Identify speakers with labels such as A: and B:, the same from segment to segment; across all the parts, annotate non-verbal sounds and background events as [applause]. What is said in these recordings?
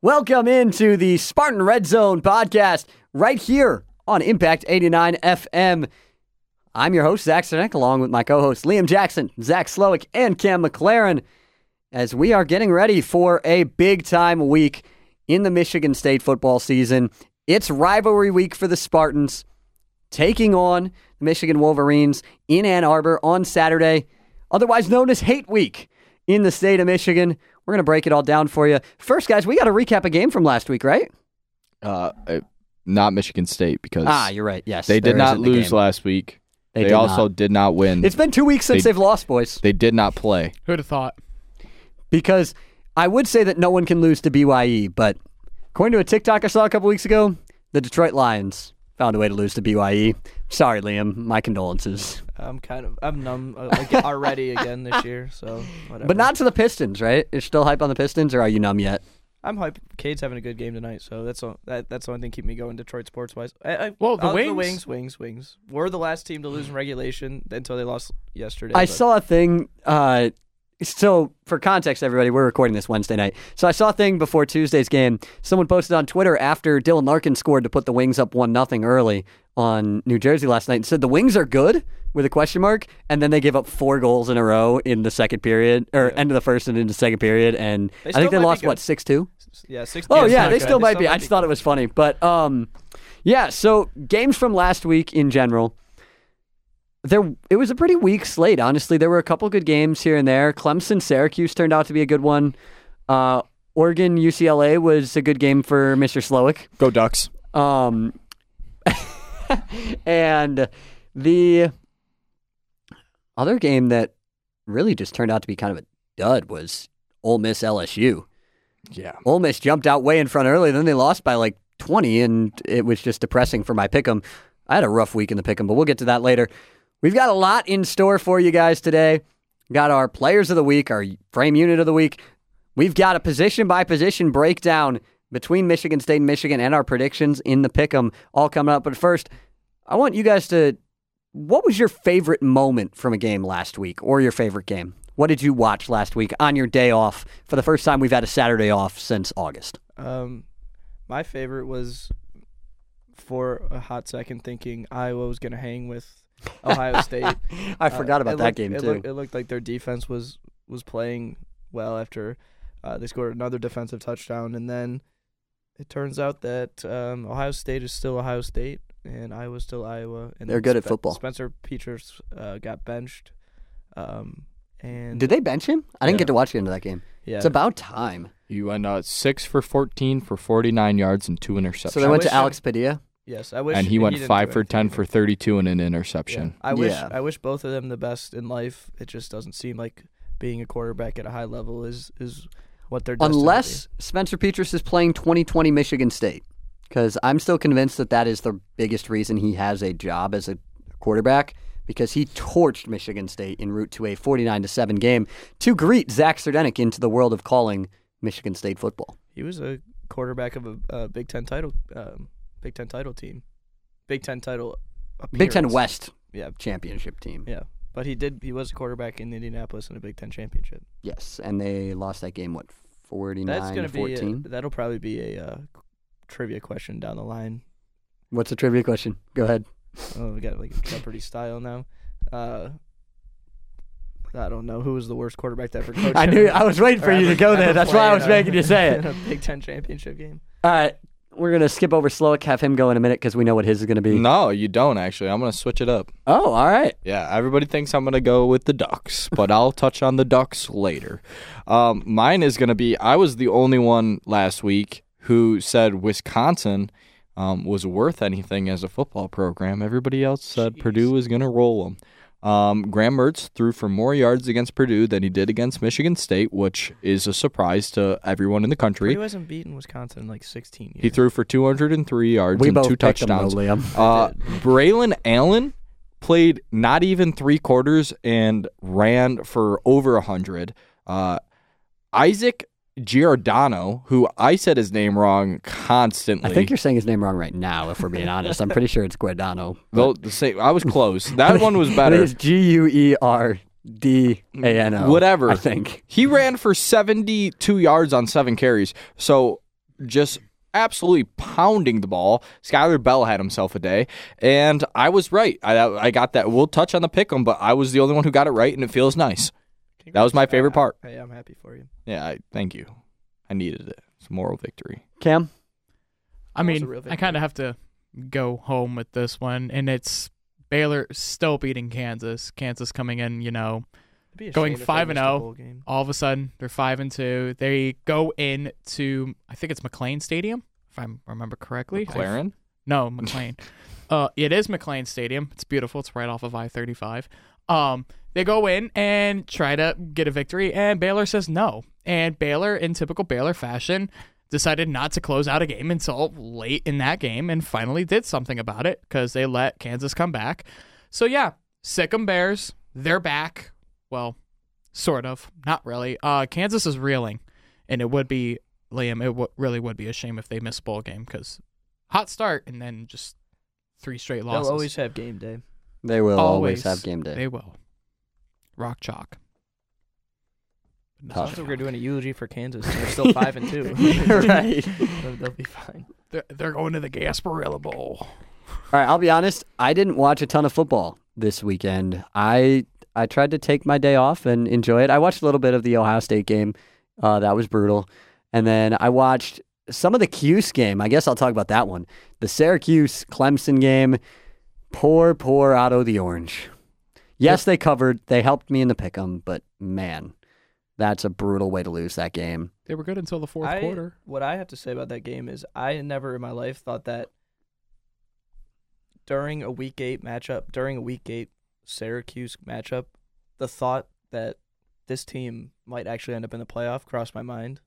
A: Welcome into the Spartan Red Zone podcast right here on Impact 89 FM. I'm your host, Zach Sernek, along with my co hosts Liam Jackson, Zach Slowick, and Cam McLaren, as we are getting ready for a big time week in the Michigan State football season. It's rivalry week for the Spartans, taking on the Michigan Wolverines in Ann Arbor on Saturday, otherwise known as Hate Week in the state of Michigan. We're going to break it all down for you. First, guys, we got to recap a game from last week, right?
B: Uh, uh, not Michigan State because
A: Ah, you're right. Yes.
B: they did
A: there
B: not
A: isn't the
B: lose
A: game.
B: last week. They,
A: did
B: also
A: not.
B: did not win.
A: It's been two weeks since
B: they-
A: they, have lost, boys,
B: they did not play.
C: Who'd have thought?
A: because I would say that no one can lose to BYE, but according to a TikTok I saw a couple weeks ago, the Detroit Lions found a way to lose to BYE. Sorry, Liam. My condolences.
D: I'm kind of I'm numb uh, like already again
A: [laughs]
D: this year, so whatever.
A: But not to the Pistons, right? You're still hype on the Pistons, or are you numb yet?
D: I'm hype. Cade's having a good game tonight, so that's all, that that's the only thing keeping me going Detroit sports wise. I, I,
C: Well, the
D: other than
C: Wings-
D: wings, wings, wings. We're the last team to lose in regulation until they lost yesterday.
A: I
D: but
A: saw a thing. Uh, so, for context, everybody, we're recording this Wednesday night. So, I saw a thing before Tuesday's game. Someone posted on Twitter after Dylan Larkin scored to put the Wings up one nothing early on New Jersey last night, and said the Wings are good with a question mark, and then they gave up four goals in a row in the second period or end of the first and into the second period, and
D: They
A: I think
D: still
A: they
D: might be
A: lost what
D: good.
A: six two.
D: yeah, six.
A: Oh
D: it's
A: yeah,
D: not
A: they
D: good.
A: still might be. I just
D: good.
A: thought it was funny, but um, yeah. So games from last week in general, there it was a pretty weak slate. Honestly, there were a couple good games here and there. Clemson, Syracuse turned out to be a good one. Uh, Oregon, UCLA was a good game for Mr. Slowick.
B: Go Ducks.
A: Um, [laughs] and the other game that really just turned out to be kind of a dud was Ole Miss LSU.
B: Yeah.
A: Ole Miss jumped out way in front early, then they lost by like 20, and it was just depressing for my pick'em. I had a rough week in the pick'em, but we'll get to that later. We've got a lot in store for you guys today. Got our players of the week, our frame unit of the week. We've got a position by position breakdown between Michigan State and Michigan and our predictions in the pick'em all coming up. But first, I want you guys to what was your favorite moment from a game last week or your favorite game? What did you watch last week on your day off for the first time we've had a Saturday off since August?
D: Um, my favorite was for a hot second thinking Iowa was going to
A: [laughs]
D: hang with Ohio State.
A: I
D: Uh,
A: forgot about
D: it
A: that
D: looked-
A: game
D: it
A: too.
D: Looked, it looked like their defense was was playing well after uh, they scored another defensive touchdown, and then it turns out that um, Ohio State is still Ohio State and Iowa's still Iowa. And
A: They're
D: then
A: good at
D: Spe-
A: football.
D: Spencer Peters uh, got benched, um, and
A: did they bench him? I didn't
D: Yeah.
A: get to watch the end of that game.
D: yeah,
A: It's about time.
B: You went uh, six for fourteen for forty nine yards and two interceptions.
A: So they went
D: wish
A: to
D: I-
A: Alex Padilla.
D: yes, I wish
B: and he went
D: didn't
B: five
D: do
B: for ten
D: anything.
B: for thirty two and an
D: Yeah.
B: interception.
D: I wish
A: Yeah.
D: I wish both of them the best in life. It just doesn't seem like being a quarterback at a high level is is what they're destined to be.
A: Unless Spencer Petras is playing 2020 Michigan State, because I'm still convinced that that is the biggest reason he has a job as a quarterback. Because he torched Michigan State en route to a 49 7 game to greet Zach Sardenik into the world of calling Michigan State football.
D: He was a quarterback of a, a Big Ten title, um, Big Ten title team, Big Ten title,
A: Big Ten
D: appearance.
A: West
D: Yeah,
A: championship team.
D: yeah. But he did. He was a quarterback in Indianapolis in a Big Ten championship.
A: Yes, and they lost that game, what, 49
D: That's
A: to
D: gonna be.
A: 14?
D: A, that'll probably be a uh, trivia question down the line.
A: What's the trivia question? Go ahead.
D: Oh, we got like Jeopardy style now. Uh, I don't know who was the worst quarterback that ever
A: [laughs]
D: coached.
A: I
D: in
A: knew
D: a-
A: I was waiting
D: or
A: for you to
D: ever-
A: go
D: ever
A: there. That's why I
D: played
A: was
D: in a-
A: making you
D: [laughs]
A: say
D: in
A: it.
D: a Big Ten championship game.
A: All right, Uh, we're gonna skip over Slowick, have him go in a minute because we know what his is gonna be.
B: No, you don't actually. I'm gonna switch it up.
A: Oh, all right.
B: Yeah, everybody thinks I'm gonna go with the Ducks,
A: [laughs]
B: but I'll touch on the Ducks later. Um, mine is gonna be I was the only one last week who said Wisconsin um, was worth anything as a football program. Everybody else said Purdue was gonna roll them. Um, Graham Mertz threw for more yards against Purdue than he did against Michigan State, which is a surprise to everyone in the country.
D: Purdue hasn't beaten Wisconsin in like 16 years.
B: He throw threw for 203 yards
A: We
B: and
A: both
B: two
A: picked him, though,
B: touchdowns.
A: Liam.
B: Uh, Braylon Allen played not even three quarters and ran for over 100. Uh, Isaac Giordano, who I said his name wrong constantly.
A: I think you're saying his name wrong right now. If we're being honest, I'm pretty sure it's Guardano.
B: Though the same, I was close.
A: [laughs]
B: That one was better.
A: It's G U E R D A N O.
B: Whatever.
A: I think.
B: He ran for 72 yards on seven carries. So just absolutely pounding the ball. Skylar Bell had himself a day, and I was right. I I got that. We'll touch on the pick 'em, but I was the only one who got it right, and it feels nice. That was my favorite part.
D: Hey, I'm happy for you.
B: Yeah, I, thank you. I needed it. It's a moral victory.
A: Cam,
C: I
D: That was a
C: mean,
D: real
C: I kind of have to go home with this one, and it's Baylor still beating Kansas. Kansas coming in, you know,
D: It'd be a
C: Going
D: shame if they
C: 5 and oh.
D: missed
C: 0.
D: the bowl game.
C: all of a sudden they're five and two. They go in to I think it's McLean Stadium, if I remember correctly. I-
B: McLaren?
C: no, McLean. uh, it is McLean Stadium. It's beautiful. It's right off of I thirty five. Um, they go in and try to get a victory, and Baylor says no. And Baylor, in typical Baylor fashion, decided not to close out a game until late in that game, and finally did something about it because they let Kansas come back. So yeah, Sikkim Bears, they're back. Well, sort of, not really. Uh, Kansas is reeling, and it would be Liam. It w- really would be a shame if they miss a bowl game because hot start and then just three straight
D: They'll
C: losses.
D: always have game [laughs] day.
A: they will always,
C: Always.
A: have game day.
C: They will. Rock chalk.
A: Tough.
D: Sounds like we're doing a eulogy for Kansas. and They're [laughs] still five and two.
A: [laughs] right.
D: [laughs] They'll they'll be fine.
C: They're, they're going to the Gasparilla Bowl.
A: All right, I'll be honest. I didn't watch a ton of football this weekend. I I tried to take my day off and enjoy it. I watched a little bit of the Ohio State game. Uh, that was brutal. And then I watched some of the Cuse game. I guess I'll talk about that one. The Syracuse Clemson game. Poor, poor Otto the Orange. Yes, they covered. They helped me in the pick 'em, but man, that's a brutal way to lose that game.
C: They were good until the fourth
D: I-
C: quarter.
D: What I have to say about that game is I never in my life thought that during a week eight matchup, during a week eight Syracuse matchup, the thought that this team might actually end up in the playoff crossed my mind.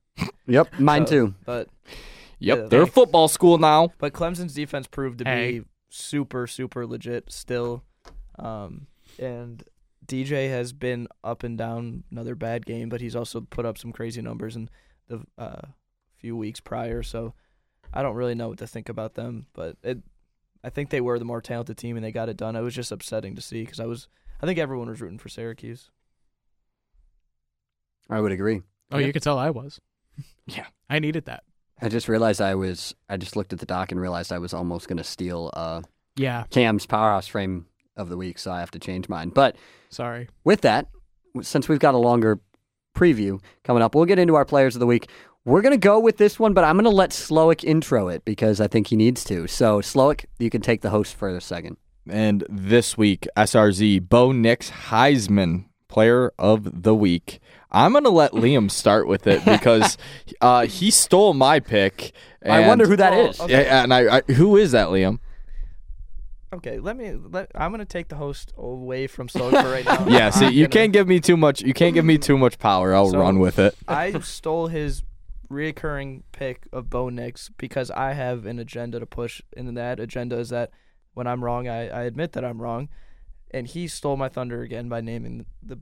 A: Yep, mine
D: So-
A: too.
D: But
B: Yep,
D: Yeah.
B: they're a football school now.
D: but Clemson's defense proved to
C: Hey.
D: be super super legit still, um, and DJ has been up and down. Another bad game, but he's also put up some crazy numbers in the uh, few weeks prior. So I don't really know what to think about them, but it, I think they were the more talented team and they got it done. It was just upsetting to see because I was I think everyone was rooting for Syracuse.
A: I would agree.
C: Oh, you could tell I was.
B: [laughs] Yeah.
C: I needed that.
A: I just realized I was. I just looked at the doc and realized I was almost going to steal uh,
C: Yeah.
A: Cam's powerhouse frame of the week, so I have to change mine. But
C: Sorry.
A: with that, w- since we've got a longer preview coming up, we'll get into our players of the week. We're going to go with this one, but I'm going to let Slowick intro it because I think he needs to. So, Slowick, you can take the host for a second.
B: And this week, SRZ, Bo Nix Heisman Player of the Week. I'm going to let Liam start with
D: [laughs]
B: it because uh, he stole my pick.
A: I
B: and-
A: wonder who that
D: Oh,
A: is.
D: okay.
B: [laughs] Yeah, and I, I, who is that, Liam?
D: Okay, let me. Let, I'm gonna take the host away from Slug for [laughs] right now.
B: Yeah, see,
D: I'm
B: you
D: gonna-
B: can't give me too much. You can't give me too much power. I'll
D: So-
B: run with it.
D: I stole his reoccurring pick of Bo Nix because I have an agenda to push, and that agenda is that when I'm wrong, I, I admit that I'm wrong. And he stole my thunder again by naming the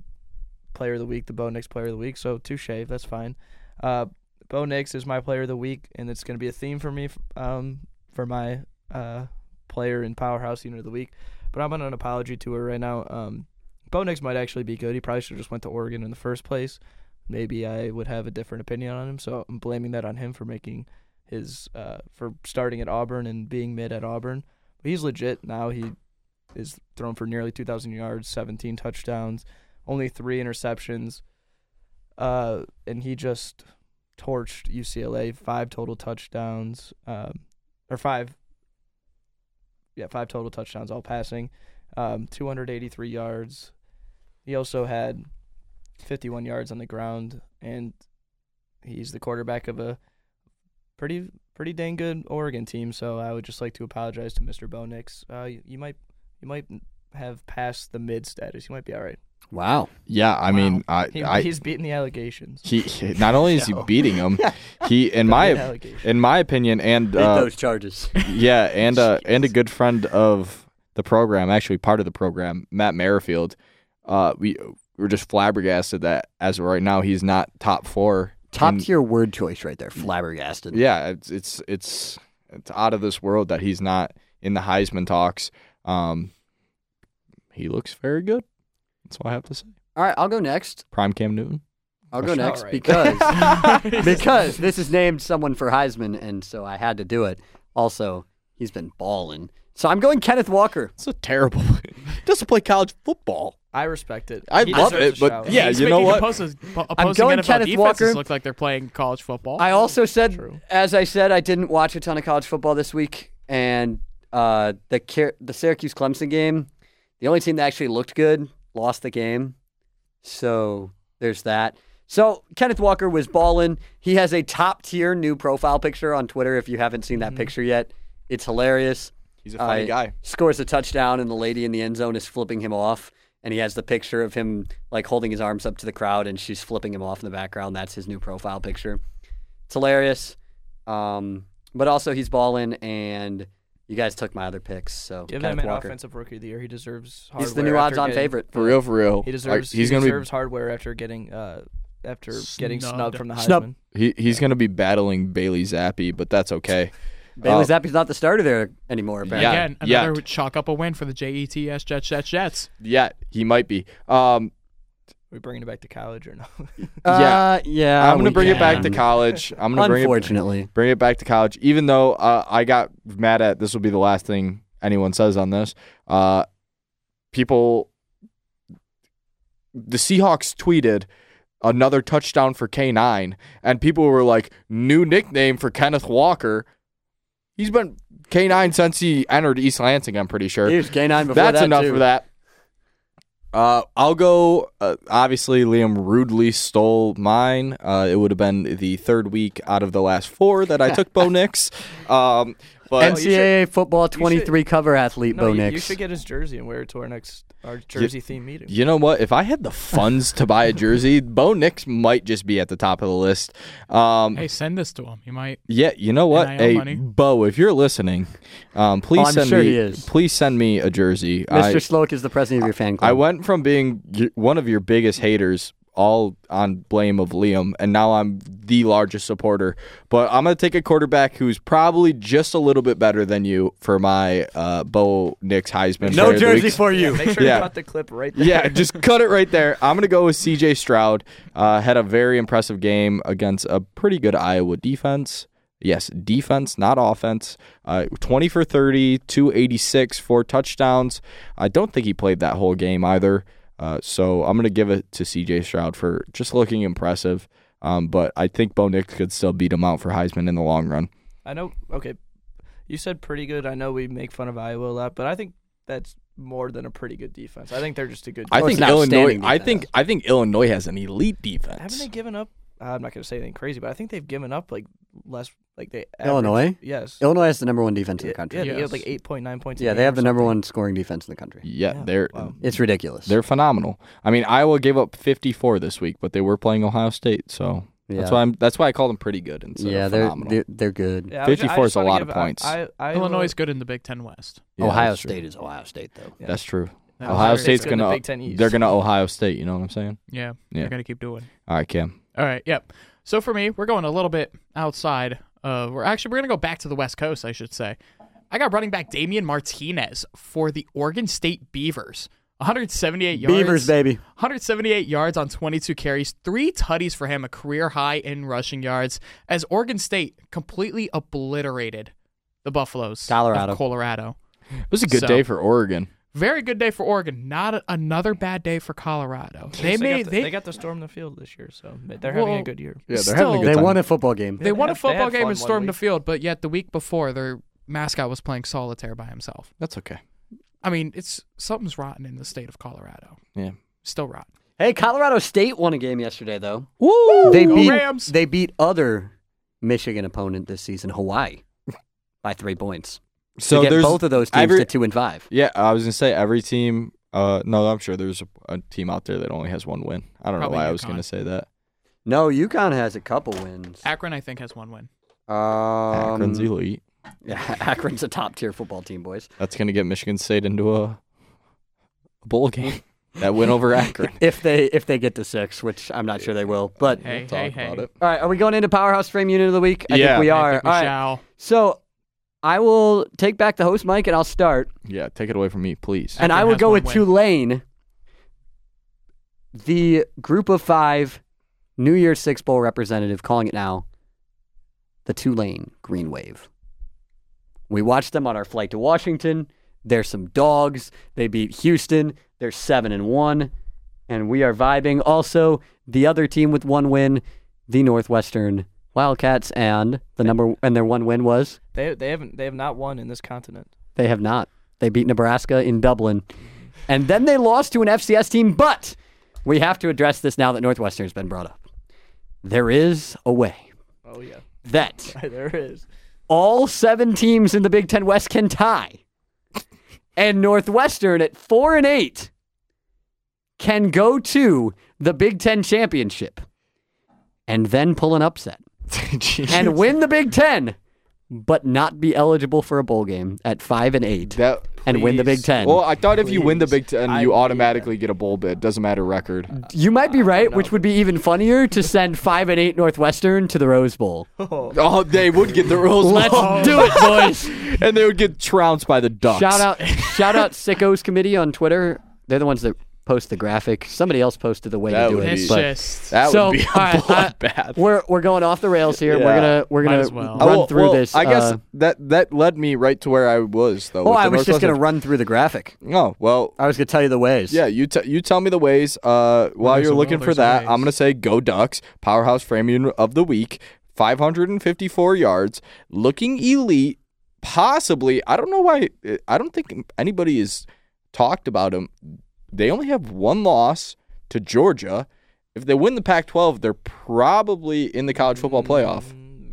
D: player of the week, the Bo Nix player of the week. So touche, that's fine. Uh, Bo Nix is my player of the week, and it's going to be a theme for me f- um, for my uh, player in powerhouse unit of the week. But I'm on an apology tour right now. Um, Bo Nix might actually be good. He probably should have just went to Oregon in the first place maybe I would have a different opinion on him. So I'm blaming that on him for making his uh, for starting at Auburn and being mid at Auburn. But he's legit now. He is thrown for nearly 2,000 yards, 17 touchdowns, only three interceptions, uh, and he just torched UCLA. Five total touchdowns, um, or five. Yeah, five total touchdowns, all passing, um, 283 yards. He also had 51 yards on the ground, and he's the quarterback of a pretty pretty dang good Oregon team. So I would just like to apologize to Mr. Bo Nix. Uh, you, you might you might have passed the mid status. You might be all right.
A: Wow.
B: Yeah, I mean, I,
D: He,
B: I
D: he's beating the allegations.
B: he, he- Not only
D: [laughs]
B: is he beating him, he in
D: The mid
B: my
D: allegations.
B: in my opinion, and uh,
A: those charges.
B: yeah, and uh, and a good friend of the program, actually part of the program, Matt Merrifield. Uh, we we're just flabbergasted that as of right now he's not top four.
A: Top
B: in-
A: tier word choice right there. Flabbergasted.
B: Yeah, it's it's it's it's out of this world that he's not in the Heisman talks. Um, he looks very good. That's all I have to say.
A: All right, I'll go next.
B: Prime Cam Newton.
A: I'll go next
D: right.
A: because
D: [laughs]
A: because [laughs] this is named someone for Heisman, and so I had to do it. Also, he's been balling, so I'm going Kenneth Walker.
B: It's a terrible. [laughs] Doesn't play college football.
D: I respect it.
B: I
D: He
B: love
D: deserves
B: it, but
D: a shout.
B: yeah,
C: He's
B: you know
C: making
B: what?
C: Opposing, po- opposing
A: going
C: NFL
A: Kenneth
C: defenses
A: Walker.
C: look like they're playing college football.
A: I also said,
D: Oh, true.
A: as I said, I didn't watch a ton of college football this week, and uh, the Car- the Syracuse Clemson game, the only team that actually looked good lost the game, so there's that. So Kenneth Walker was balling. He has a top tier new profile picture on Twitter. If you haven't seen
D: Mm-hmm.
A: that picture yet, it's hilarious.
B: He's a funny
A: uh,
B: guy.
A: Scores a touchdown, and the lady in the end zone is flipping him off. And he has the picture of him like holding his arms up to the crowd, and she's flipping him off in the background. That's his new profile picture. It's hilarious. Um, but also he's balling, and you guys took my other picks. So
D: Give
A: Kenneth
D: him an
A: Walker.
D: offensive rookie of the year. He deserves. Hardware
A: He's the new
D: after
A: odds-on
D: getting-
A: favorite.
B: For real, for real.
D: He
B: Like,
D: deserves.
B: he's
D: he
B: gonna
D: deserves hardware after getting uh after getting snubbed
C: Snubbed.
D: from the
A: Snub.
D: Heisman.
B: be. He, he's gonna be battling Bailey Zappi, but that's okay.
A: Bailey
B: Uh,
A: Zappi's not the starter there anymore. Apparently.
B: Yeah,
C: Again,
B: yeah.
C: another chalk up a win for the JETS Jets Jets Jets.
B: Yeah, he might be. Um,
D: Are we bringing it back to college or no?
A: Uh, yeah.
B: I'm gonna
A: we
B: bring it back to
A: can.
B: college. I'm gonna bring it
A: Unfortunately,
B: bring it back to college. Even though uh, I got mad at this will be the last thing anyone says on this. Uh, people, the Seahawks tweeted another touchdown for K nine, and people were like, "New nickname for Kenneth Walker." He's been K nine since he entered East Lansing. I'm pretty sure.
A: he was K9 before
B: That's
A: that,
B: enough
A: too.
B: for that. Uh, I'll go. Uh, obviously, Liam rudely stole mine. Uh, it would have been the third week out of the last four that I
A: [laughs]
B: took Bo Nix. Um, but
D: you should-
A: NCAA football 23 cover athlete
D: no,
A: Bo
D: you,
A: Nix.
D: you should get his jersey and wear it to our next our jersey theme meeting.
B: you know what? If I had the funds to buy
A: [laughs]
B: a jersey, Bo Nix might just be at the top of the list. Um,
C: Hey, send this to him. He might.
B: Yeah, you know what?
C: NIL
B: Hey,
C: money.
B: Bo, if you're listening, um, please
A: Oh, I'm
B: send
A: sure
B: me.
A: he is.
B: Please send me a jersey. I-
A: Mr. Sloak is the president of your fan club.
B: I went from being y- one of your biggest haters, all on blame of Liam, and now I'm the largest supporter. But I'm going to take a quarterback who's probably just a little bit better than you for my uh, Bo Nix Heisman. Player
A: no
B: of the
A: jersey
B: Week.
A: for you.
D: Make sure
B: Yeah.
D: to cut the clip right there.
B: Yeah, just cut it right there. I'm going to go with CJ Stroud. Uh, had a very impressive game against a pretty good Iowa defense. Yes, defense, not offense. Uh, 20 for 30, 286, four touchdowns. I don't think he played that whole game either. Uh, so I'm going to give it to CJ Stroud for just looking impressive. Um, but I think Bo Nix could still beat him out for Heisman in the long run.
D: I know. Okay, you said pretty good. I know we make fun of Iowa a lot, but I think that's more than a pretty good defense. I think they're just a good.
B: I
A: Oh, it's
B: think
A: an
B: Illinois.
A: outstanding
B: I
A: defense.
B: think I think Illinois has an elite defense.
D: Haven't they given up? I'm not going to say anything crazy, but I think they've given up like less. Like they average-
A: Illinois?
D: Yes.
A: [laughs] Illinois has the number one defense in the
D: Yeah,
A: country.
D: Yeah, they
C: Yes.
D: have like 8.9 points. a
A: Yeah, they
D: game
A: have
D: or
A: the number
D: something.
A: one scoring defense in the country.
B: yeah,
D: Yeah,
B: they're
D: wow.
A: It's ridiculous.
B: They're phenomenal. I mean, Iowa gave up 54 this week, but they were playing Ohio State, so that's
A: Yeah.
B: why I'm. That's why I call them pretty good instead
A: yeah,
B: of
A: they're,
B: phenomenal.
A: they're they're good.
D: Yeah, I was ju- I
B: 54 is
D: just
B: a
D: wanna
B: lot of
D: give-
B: points.
D: I, I,
C: Illinois is good in the Big Ten West.
B: Yeah,
A: Ohio
B: that's true.
A: State is Ohio State though.
D: Yeah.
B: That's true.
C: That's
B: Ohio
C: very
B: State's
C: good.
D: in the
B: gonna.
D: Big Ten East.
B: They're gonna Ohio State. You know what I'm saying?
C: Yeah,
B: Yeah.
C: they're gonna keep doing.
B: All right, Cam.
C: All right. Yep. So for me, we're going a little bit outside. Uh, we're actually we're gonna go back to the West Coast, I should say. I got running back Damian Martinez for the Oregon State Beavers. 178 yards.
A: Beavers, baby.
C: 178 yards on 22 carries, three tutties for him, a career high in rushing yards. As Oregon State completely obliterated the Buffaloes, of
A: Colorado.
C: Colorado.
B: It was a good
C: So-
B: day for Oregon.
C: Very good day for Oregon. Not a, another bad day for Colorado. They
D: They,
C: made
D: got the,
C: they,
D: they got to storm the field this year, so they're having
C: Well,
D: a good year.
B: Yeah, they're
C: Still-
B: having a
A: They
B: good time.
A: won a football game.
C: they
D: They
C: won a
D: had- they
C: football
D: had
C: game
D: fun
C: and
D: one
C: stormed the
D: week.
C: field, but yet the week before their mascot was playing solitaire by himself.
B: That's okay.
C: I mean, it's something's rotten in the state of Colorado.
B: Yeah.
C: Still rotten.
A: Hey, Colorado State won a game yesterday though.
B: Woo!
A: They
C: Go
A: beat
C: Rams!
A: they beat other Michigan opponent this season, Hawaii, by three points.
B: so
A: to get
B: there's
A: both of those teams
B: every-
A: to two and five.
B: Yeah, I was gonna say every team. Uh, no, I'm sure there's a, a team out there that only has one win. I don't
C: Probably
B: know why I was
C: UConn.
B: gonna say that.
A: No, UConn has a couple wins.
C: Akron, I think, has one win.
A: Um,
B: Akron's elite.
A: yeah, [laughs] Akron's a top tier football team, boys.
B: That's gonna get Michigan State into a, a bowl game. [laughs] that win over
A: [laughs]
B: Akron.
A: If they if they get to six, which I'm not sure they will, but
C: Hey,
B: We'll
C: hey,
B: talk
C: hey.
B: about it.
A: All right, are we going into powerhouse frame unit of the week? I
B: Yeah.
A: think we
C: I
A: are.
C: think we
A: All right.
C: shall.
A: So I will take back the host mic and I'll start.
B: Yeah, take it away from me, please. [laughs]
A: And I
C: Akron
A: will
C: has
A: go
C: one
A: with
C: win.
A: Tulane. The group of five New Year's Six Bowl representative, calling it now the Tulane Green Wave. We watched them on our flight to Washington. They're some dogs. They beat Houston. They're seven and one, and we are vibing. Also, the other team with one win, the Northwestern Wildcats, and the number and their one win was
D: They they haven't they have not won in this continent.
A: they have not. They beat Nebraska in Dublin, and then they lost to an FCS team. But we have to address this now that Northwestern has been brought up. There is a way
D: Oh yeah, [laughs]
A: that
D: there is.
A: all seven teams in the Big Ten West can tie, and Northwestern at four and eight can go to the Big Ten championship and then pull an upset and win the Big Ten, but not be eligible for a bowl game at five and eight
B: That-
A: and win the Big
D: please.
A: Ten.
B: Well, I thought if you win the Big
D: Please.
B: Ten,
D: I- Mm.
B: you automatically get a bowl bid. Doesn't matter record.
A: you might be right, which would be even funnier to send five and eight Northwestern to the Rose
B: [laughs]
A: Bowl.
B: Oh, they would get the Rose
A: Let's
B: Bowl,
A: do it,
B: [laughs]
A: boys.
B: and they would get trounced by the Ducks.
A: Shout out, shout out, Sickos Committee on Twitter. They're the ones that post the graphic. Somebody else posted the way
B: That
A: to do
B: would
A: it.
B: be-
C: It's
A: but-
C: just
B: That
A: so
B: would be a
A: all right, I-
B: bloodbath.
A: we're we're going off the rails here. We're
B: Yeah.
A: gonna we're
C: Might
A: gonna
C: as well.
A: run
B: Oh, well,
A: through
B: well,
A: this.
B: I guess
A: uh,
B: that that led me right to where I was though.
A: oh,
B: with
A: I
B: the
A: was just gonna
B: Northwestern-
A: run through the graphic.
B: Oh well,
A: I was gonna tell you the ways.
B: yeah. You t- you tell me the ways. Uh, while
C: there's
B: you're
C: a
B: looking
C: will,
B: for
C: there's a
B: that,
C: ways.
B: I'm gonna say go Ducks. Powerhouse framing of the week, 554 yards, looking elite. Possibly, I don't know why. I don't think anybody has talked about him. They only have one loss to Georgia. If they win the Pac-12, they're probably in the college
A: Mm,
B: football playoff.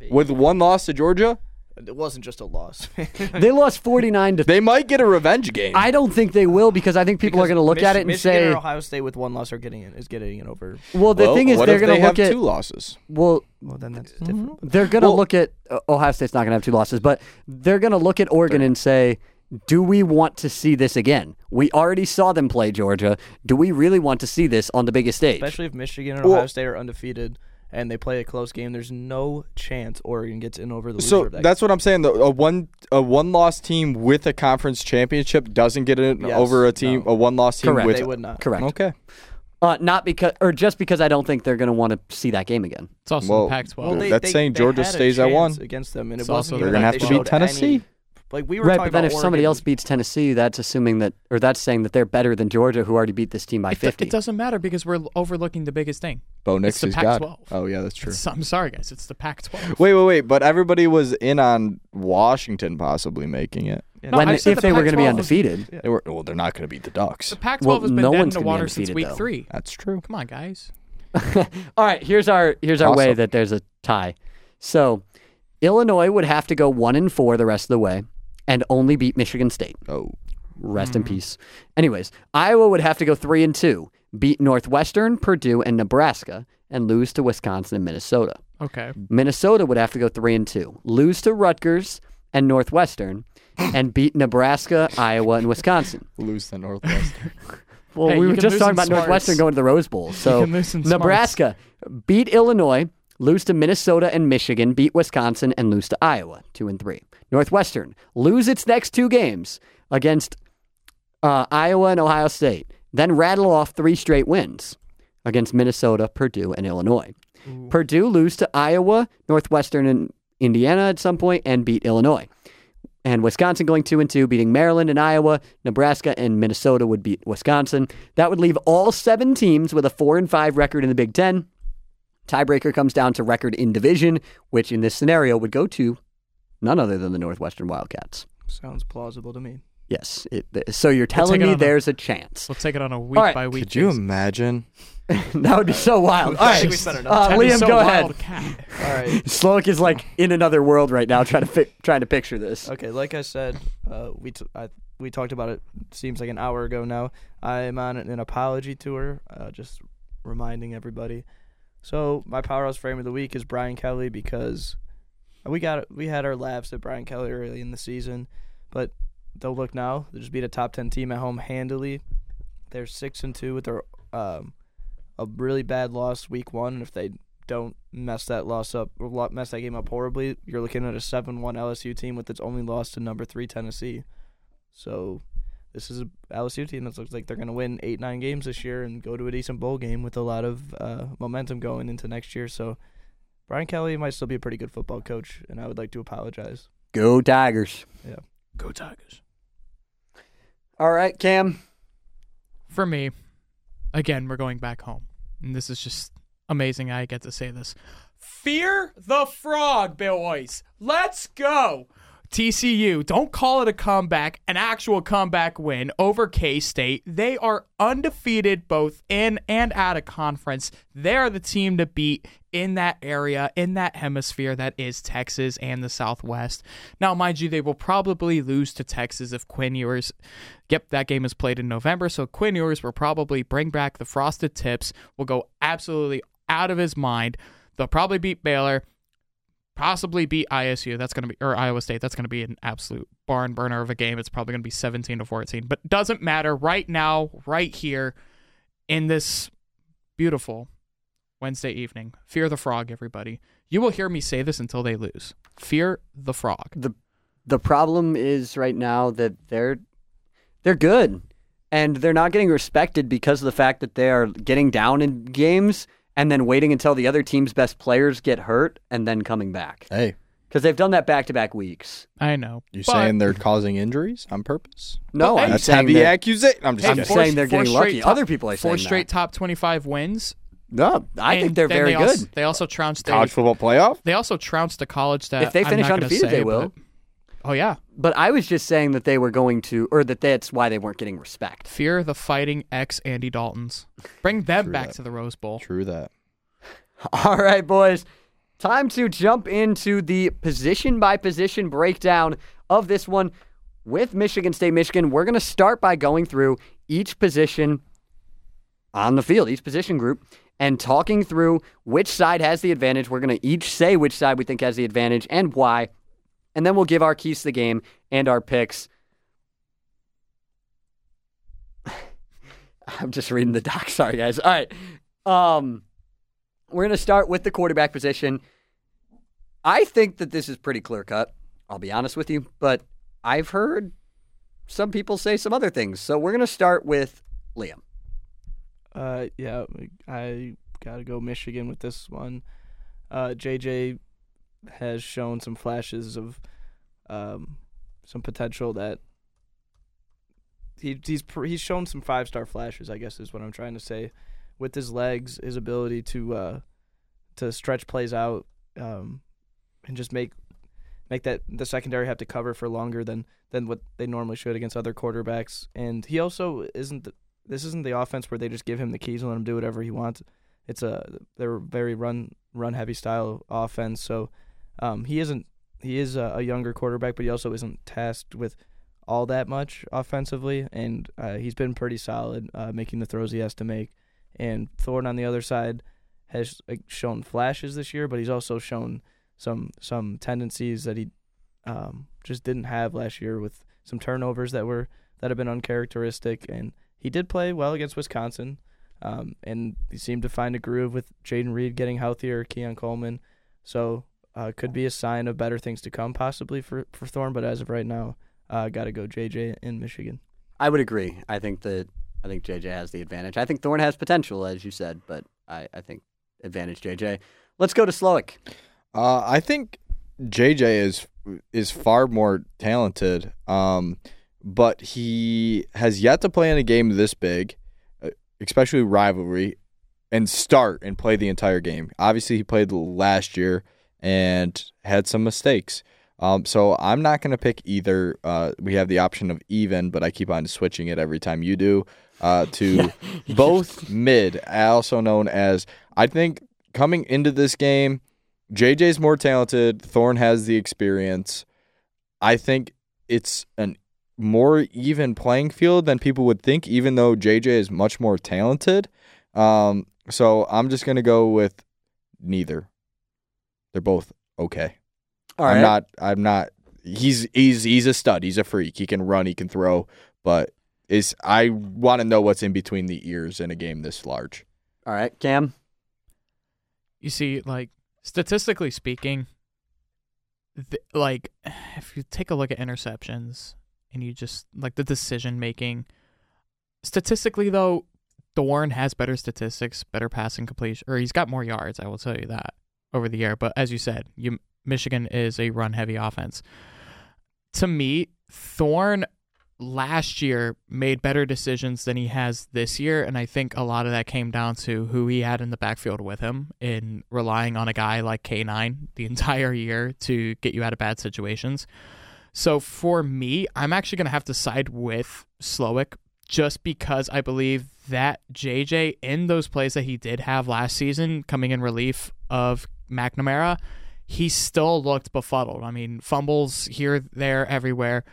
B: With one loss to Georgia,
D: It wasn't just a loss. [laughs]
A: they lost forty nine to.
B: [laughs] They might get a revenge game.
A: I don't think they will because I think people are gonna look at it and
D: Michigan
A: say,
D: or Ohio State with one loss are getting it is getting it over.
A: well, the
B: Well,
A: thing is
B: what
A: they're
B: if
A: gonna
B: they
A: look
B: have
A: at
B: two losses.
A: well
D: Well, then that's different.
A: They're going to
B: Well-
A: look at uh, Ohio State's not going to have two losses, but they're going to look at Oregon and say, "Do we want to see this again? We already saw them play Georgia. Do we really want to see this on the biggest stage?"
D: Especially if Michigan and
B: Well-
D: Ohio State are undefeated and they play a close game. There's no chance Oregon gets in over the loser.
B: So
D: of that
B: that's what I'm saying. The, a one a one loss team with a conference championship doesn't get it
D: Yes,
B: over a team
D: no.
B: a one loss team
A: Correct.
B: with
D: game. they would not.
A: Correct.
B: okay.
A: Uh, not because, or just because I don't think they're going to want to see that game again.
C: it's also
B: Well,
C: the Pac-12.
B: Well, they- that's saying Georgia
D: had a
B: stays at one.
D: chance against them, and it
C: It's
D: wasn't
C: also
D: even
C: they're gonna have
D: like they
C: to beat
D: showed any-
B: Tennessee.
D: like we were
A: Right,
D: talking
A: but then if
D: about
A: somebody
D: Oregon-
A: else beats Tennessee, that's assuming that, or that's saying that they're better than Georgia, who already beat this team by
C: It do-
A: fifty.
C: It doesn't matter because we're l- overlooking the biggest thing.
B: Bo Nix
C: the
B: is God.
C: Pac-12.
B: Oh yeah, that's true.
C: It's- I'm sorry, guys. It's the Pac-12.
B: Wait, wait, wait! But everybody was in on Washington possibly making it.
D: Yeah,
C: No,
A: when
C: I
A: if
C: said the
A: they were going to be
C: Pac-12 was-
A: undefeated,
B: They were well. They're not going to beat the Ducks.
C: The Pac-12
A: Well,
C: has been
A: no
C: dead in
A: one's
C: the
A: gonna be
C: water since
A: undefeated,
C: week
A: though.
C: three.
B: That's true.
C: Come on, guys.
A: All right, here's our here's our way
B: Awesome.
A: that there's a tie. So Illinois would have to go one and four the rest of the way and only beat Michigan State.
B: Oh,
A: Rest in peace. Anyways, Iowa would have to go three and two, beat Northwestern, Purdue, and Nebraska, and lose to Wisconsin and Minnesota.
C: Okay.
A: Minnesota would have to go three and two, lose to Rutgers and Northwestern, and beat Nebraska, Iowa, and Wisconsin.
B: lose the Northwestern.
A: Well,
C: Hey,
A: we
C: you
A: were
C: can
A: just
C: lose
A: talking
C: in
A: about
C: smarts.
A: Northwestern going to the Rose
C: [laughs]
A: Bowl. So
C: can lose in smarts.
A: Nebraska beat Illinois, lose to Minnesota and Michigan, beat Wisconsin, and lose to Iowa, two and three. Northwestern lose its next two games against uh, Iowa and Ohio State, then rattle off three straight wins against Minnesota, Purdue, and Illinois. Purdue lose to Iowa, Northwestern, and Indiana at some point, and beat Illinois. And Wisconsin going two and two, beating Maryland and Iowa, Nebraska and Minnesota would beat Wisconsin. That would leave all seven teams with a four and five record in the Big Ten. Tiebreaker comes down to record in division, which in this scenario would go to none other than the Northwestern Wildcats.
D: sounds plausible to me.
A: Yes. It, th- so you're telling
C: it
A: me
C: on a-
A: there's a chance. [laughs]
C: We'll take it on a week
A: right.
C: by week.
B: Could you
C: basis.
B: imagine?
A: that would be so wild. All
D: I think
A: right.
D: we spent enough.
A: Uh,
C: That is
A: Liam,
C: so
A: go
C: wild,
A: ahead.
C: Cat.
D: All right.
A: Sloak is like in another world right now, trying to fi- trying to picture this.
D: Okay, like I said, uh, we t- I, we talked about it. Seems like an hour ago now. I'm on an apology tour, uh, just reminding everybody. So my powerhouse frame of the week is Brian Kelly because we got we had our laughs at Brian Kelly early in the season, but don't look now. They just beat a top ten team at home handily. They're six and two with their um, a really bad loss week one. And if they don't mess that loss up or lo- mess that game up horribly, you're looking at a seven one LSU team with its only loss to number three Tennessee. So this is a LSU team that looks like they're going to win eight, nine games this year and go to a decent bowl game with a lot of uh, momentum going into next year. So Brian Kelly might still be a pretty good football coach, and I would like to apologize.
A: Go Tigers.
C: Go Tigers.
A: All right, Cam.
C: For me, again, we're going back home. And this is just amazing. I get to say this. Fear the frog, boys. Let's go. TCU, don't call it a comeback, an actual comeback win over K State. They are undefeated both in and out of conference. They are the team to beat in that area, in that hemisphere that is Texas and the Southwest. Now, mind you, they will probably lose to Texas if Quinn Ewers. Yep, that game is played in November, so Quinn Ewers will probably bring back the frosted tips, will go absolutely out of his mind. They'll probably beat Baylor possibly beat ISU. That's going to be or Iowa State. That's going to be an absolute barn burner of a game. It's probably going to be 17 to 14, but doesn't matter right now, right here in this beautiful Wednesday evening. Fear the frog, everybody. You will hear me say this until they lose. Fear the frog.
A: The the problem is right now that they're they're good and they're not getting respected because of the fact that they are getting down in games and then waiting until the other team's best players get hurt and then coming back.
B: Hey,
A: Because they've done that back to back weeks.
C: I know.
B: you
C: but-
B: saying they're causing injuries on purpose?
A: No,
C: Well,
A: I'm
B: That's
A: saying
B: heavy
A: that-
B: accusation. I'm just
A: I'm
C: Hey,
B: kidding.
C: four-
A: saying they're
C: four
A: getting
C: straight
A: lucky.
C: top-
A: Other people are saying
C: four
A: that.
C: straight top 25 wins.
A: No, I think
C: and
A: they're
C: then
A: very
C: they
A: good.
C: also- they also trounced the-
B: College football playoff.
C: They also trounced the college that
A: If they
C: I'm
A: finish
C: not gonna
A: undefeated, they
C: say,
A: will.
C: but- oh yeah,
A: But I was just saying that they were going to, or that that's why they weren't getting respect.
C: fear the fighting ex Andy Daltons. Bring them
B: True
C: back
B: that.
C: to the Rose Bowl.
B: True that.
A: [laughs] All right, boys. Time to jump into the position by position breakdown of this one with Michigan State, Michigan. We're going to start by going through each position on the field, each position group, and talking through which side has the advantage. We're going to each say which side we think has the advantage and why. And then we'll give our keys to the game and our picks. [laughs] I'm just reading the doc. [laughs] Sorry, guys. All right. Um, we're going to start with the quarterback position. I think that this is pretty clear cut. I'll be honest with you, but I've heard some people say some other things. So we're going to start with Liam.
D: Uh, yeah, I gotta go Michigan with this one. Uh, JJ has shown some flashes of um, some potential that he he's pr- he's shown some five star flashes. I guess is what I'm trying to say. With his legs, his ability to uh, to stretch plays out um, and just make make that the secondary have to cover for longer than than what they normally should against other quarterbacks. And he also isn't the, this isn't the offense where they just give him the keys and let him do whatever he wants. It's a they're very run run heavy style offense. So um, he isn't he is a, a younger quarterback, but he also isn't tasked with all that much offensively. And uh, he's been pretty solid uh, making the throws he has to make. And Thorne on the other side has like, shown flashes this year, but he's also shown some some tendencies that he um, just didn't have last year with some turnovers that were that have been uncharacteristic and he did play well against Wisconsin, um, and he seemed to find a groove with Jaden Reed getting healthier, Keon Coleman. So uh, could be a sign of better things to come, possibly for for Thorne. But as of right now, uh, got to go JJ in Michigan.
A: I would agree. I think that I think JJ has the advantage. I think Thorne has potential, as you said, but I, I think advantage JJ. Let's go to Slowick.
B: Uh, I think JJ is is far more talented, um, but he has yet to play in a game this big, uh, especially rivalry, and start and play the entire game. Obviously, he played last year and had some mistakes. Um, so I'm not going to pick either. Uh, we have the option of even, but I keep on switching it every time you do. Uh, to both mid, also known as I think coming into this game, JJ's more talented. Thorne has the experience. I think it's an more even playing field than people would think, even though JJ is much more talented. Um, so I'm just gonna go with neither. They're both okay.
A: All
B: I'm
A: right.
B: not. I'm not. He's he's he's a stud. He's a freak. He can run. He can throw. But is I want to know what's in between the ears in a game this large.
A: All right, Cam.
C: You see, like statistically [sighs] speaking, th- like if you take a look at interceptions and you just like the decision making. Statistically, though, Dorn has better statistics, better passing completion, or he's got more yards. I will tell you that over the year. But as you said, you Michigan is a run heavy offense. To me, Thorne last year made better decisions than he has this year, and I think a lot of that came down to who he had in the backfield with him in relying on a guy like K9 the [laughs] entire year to get you out of bad situations. So for me, I'm actually going to have to side with Slowick just because I believe that JJ in those plays that he did have last season coming in relief of McNamara, he still looked befuddled. I mean, fumbles here, there, everywhere.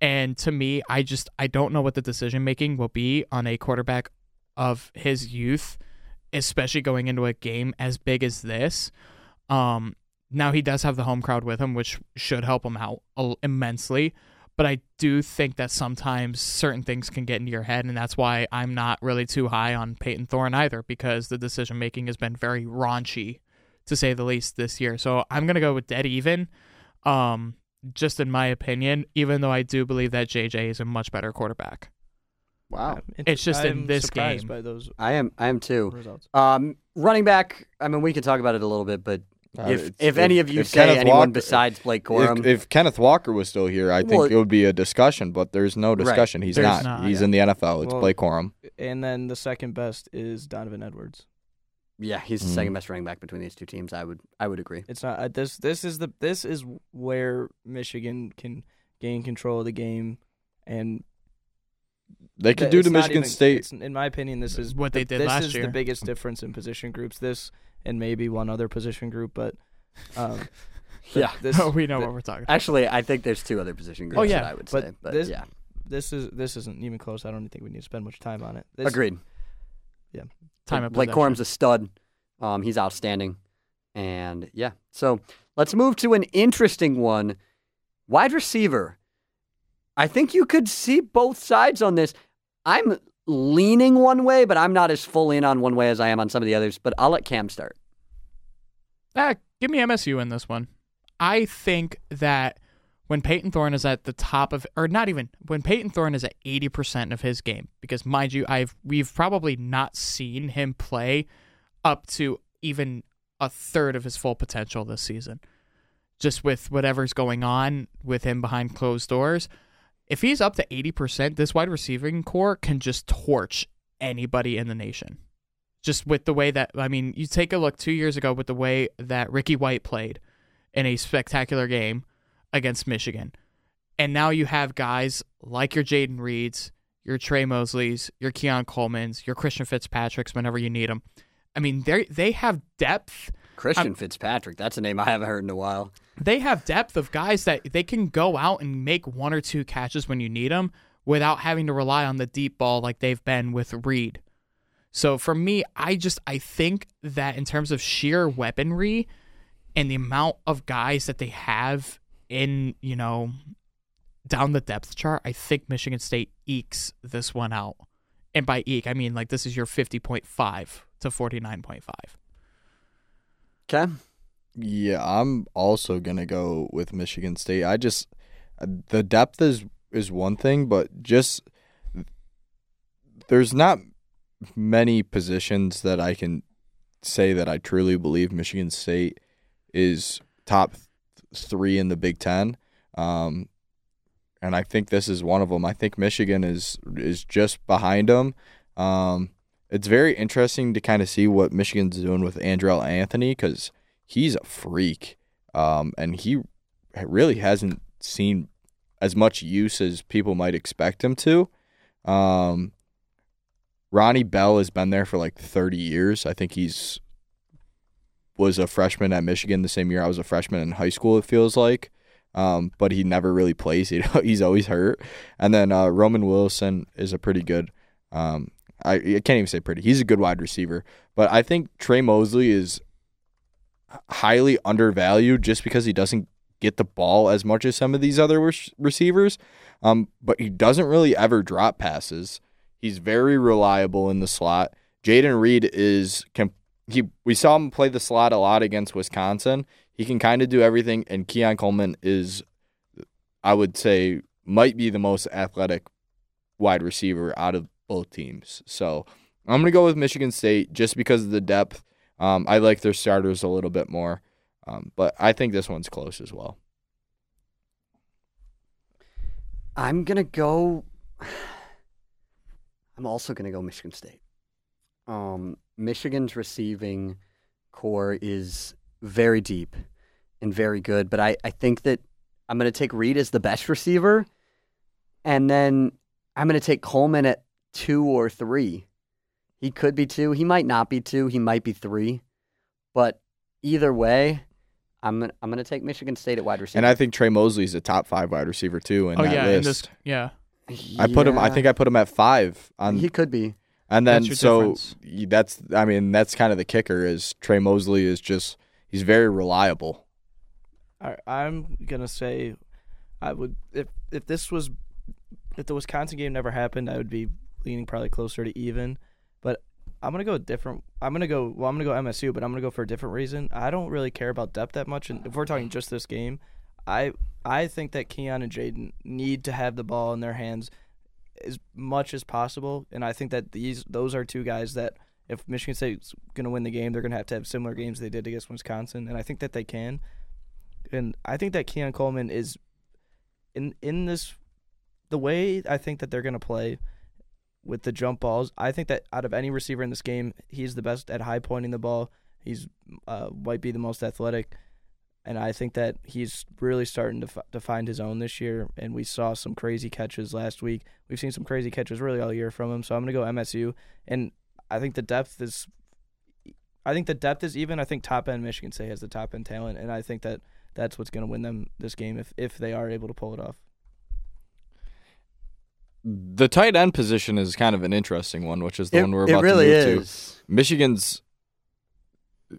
C: And to me, I just I don't know what the decision making will be on a quarterback of his youth, especially going into a game as big as this. Um, now he does have the home crowd with him, which should help him out uh, immensely but I do think that sometimes certain things can get into your head, and that's why I'm not really too high on Peyton Thorne either, because the decision making has been very raunchy, to say the least, this year. So I'm gonna go with dead even, um, just in my opinion. Even though I do believe that JJ is a much better quarterback.
A: Wow.
D: I'm
C: It's just in
D: Um, I'm
C: this
D: surprised
C: game.
D: by those
A: I am I am too.
D: results.
A: Um, running back, I mean we can talk about it a little bit, but
B: Uh,
A: if
B: it's-
A: if any of you
B: if
A: say
B: Kenneth
A: anyone
B: Walker-
A: besides Blake Corum,
B: If, if Kenneth Walker was still here, I think
A: Well-
B: it would be a discussion, but there's no discussion. He's not.
C: There's not,
B: He's
D: yeah.
B: in the NFL. It's
D: Well-
B: Blake Corum.
D: And then the second best is Donovan Edwards.
A: yeah, he's the
B: Mm.
A: second best running back between these two teams. I would I would agree.
D: It's not uh, this. This is the this is where Michigan can gain control of the game, and
B: They could
D: th-
B: do
D: it's
B: to
D: not
B: Michigan
D: even-
B: State.
D: it's- in my opinion, this is
C: What
D: the-
C: they did
D: This
C: last
D: is
C: year.
D: the biggest difference in position groups. This and maybe one other position group, but
C: [laughs]
D: um, th-
A: Yeah.
D: this
C: oh, [laughs] we know
D: the-
C: what we're talking. about.
A: Actually, I think there's two other position groups
C: Oh, yeah,
A: that I would
D: but
A: say. But
D: this-
A: yeah.
D: this is this isn't even close. I don't think we need to spend much time on it. This,
A: Agreed.
C: Time of
A: Blake
C: possession.
A: Corum's a stud. Um, he's outstanding. And yeah. So let's move to an interesting one. Wide receiver. I think you could see both sides on this. I'm leaning one way, but I'm not as full in on one way as I am on some of the others. But I'll let Cam start.
C: Ah, give me MSU in this one. I think that when Peyton Thorne is at the top of, or not even when Peyton Thorne is at eighty percent of his game, because mind you, I've we've probably not seen him play up to even a third of his full potential this season. Just with whatever's going on with him behind closed doors, if he's up to eighty percent, this wide receiving core can just torch anybody in the nation just with the way that I mean, you take a look two years ago with the way that Ricky White played in a spectacular game against Michigan, and now you have guys like your Jaden Reeds, your Trey Mosleys, your Keon Coleman's, your Christian Fitzpatrick's whenever you need them. I mean, they they have depth.
A: Christian Fitzpatrick. That's a name I haven't heard in a while.
C: They have depth of guys that they can go out and make one or two catches when you need them without having to rely on the deep ball like they've been with Reed. So for me, I just I think that in terms of sheer weaponry and the amount of guys that they have in, you know, down the depth chart, I think Michigan State ekes this one out. And by eke, I mean like this is your 50.5 to 49.5.
A: Okay.
B: Yeah, I'm also gonna go with Michigan State. I just the depth is is one thing, but just there's not many positions that I can say that I truly believe Michigan State is top th- three in the Big Ten. Um, and I think this is one of them. I think Michigan is is just behind them. Um, it's very interesting to kind of see what Michigan's doing with Andrell Anthony because he's a freak, um, and he really hasn't seen as much use as people might expect him to. Um, Ronnie Bell has been there for like 30 years. I think he's was a freshman at Michigan the same year I was a freshman in high school. It feels like, um, but he never really plays. [laughs] He, he's always hurt. And then uh, Roman Wilson is a pretty good. Um, I, I can't even say pretty. He's a good wide receiver, but I think Trey Mosley is highly undervalued just because he doesn't get the ball as much as some of these other res- receivers. Um, but he doesn't really ever drop passes. He's very reliable in the slot. Jaden Reed is com- he. We saw him play the slot a lot against Wisconsin. He can kind of do everything, and Keon Coleman is, I would say, might be the most athletic wide receiver out of both teams. So I'm going to go with Michigan State just because of the depth. Um, I like their starters a little bit more, um, but I think this one's close as well.
A: I'm gonna go. [sighs] I'm also gonna go Michigan State. Um, Michigan's receiving core is very deep and very good, but I, I think that I'm gonna take Reed as the best receiver, and then I'm gonna take Coleman at two or three. He could be two. He might not be two. He might be three, but either way, I'm gonna, I'm gonna take Michigan State at wide receiver.
B: And I think Trey Mosley's a top five wide receiver too in
C: oh
B: that
C: yeah,
B: list.
C: in this yeah.
B: I put him. I
A: Yeah.
B: think I put him at five on
A: he could be.
B: And then
C: That's your
B: so
C: difference.
B: y- that's I mean that's kind of the kicker is Trey Mosley is just he's very reliable.
D: I, I'm gonna say, I would if if this was if the Wisconsin game never happened, I would be leaning probably closer to even. But I'm gonna go a different. I'm gonna go. Well, I'm gonna go MSU, but I'm gonna go for a different reason. I don't really care about depth that much, and if we're talking just this game, I I think that Keon and Jaden need to have the ball in their hands as much as possible, and I think that these those are two guys that. If Michigan State's going to win the game, they're going to have to have similar games they did against Wisconsin, and I think that they can and I think that Keon Coleman is in in this the way I think that they're going to play with the jump balls. I think that out of any receiver in this game, he's the best at high pointing the ball. He's uh, might be the most athletic, and I think that he's really starting to, f- to find his own this year. And we saw some crazy catches last week. We've seen some crazy catches really all year from him. So I'm going to go MSU, and I think the depth is. I think the depth is even. I think top end Michigan State has the top end talent, and I think that that's what's going to win them this game if, if they are able to pull it off.
B: The tight end position is kind of an interesting one, which is the
A: it,
B: one we're
A: it
B: about
A: really
B: to move
A: is.
B: to. Michigan's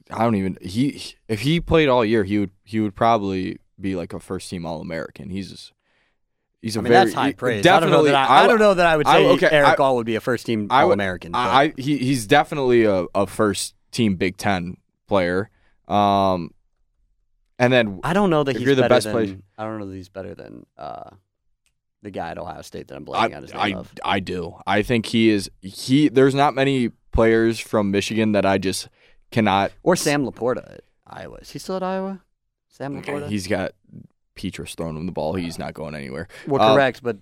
B: I don't even he if he played all year he would he would probably be like a first team All American. He's he's a
A: I mean,
B: very
A: that's high
B: he-
A: praise. I don't
B: Definitely,
A: know that I, I
B: would-
A: don't know that I would
B: I-
A: say
B: okay,
A: Eric
B: I-
A: All would be a first team
B: I would-
A: All American.
B: I, I he he's definitely a, a first team Big Ten player. Um, and then
A: I don't know that
B: if
A: he's
B: you're the
A: better
B: best
A: than.
B: player-
A: I don't know that he's better than uh, the guy at Ohio State that I'm blanking
B: I,
A: on his name
B: I,
A: of.
B: I do. I think he is he. There's not many players from Michigan that I just cannot.
A: Or Sam Laporta at Iowa. Is he still at Iowa? Sam Laporta.
B: He's got Petrus throwing him the ball. He's not going anywhere.
A: well,
B: uh,
A: correct, but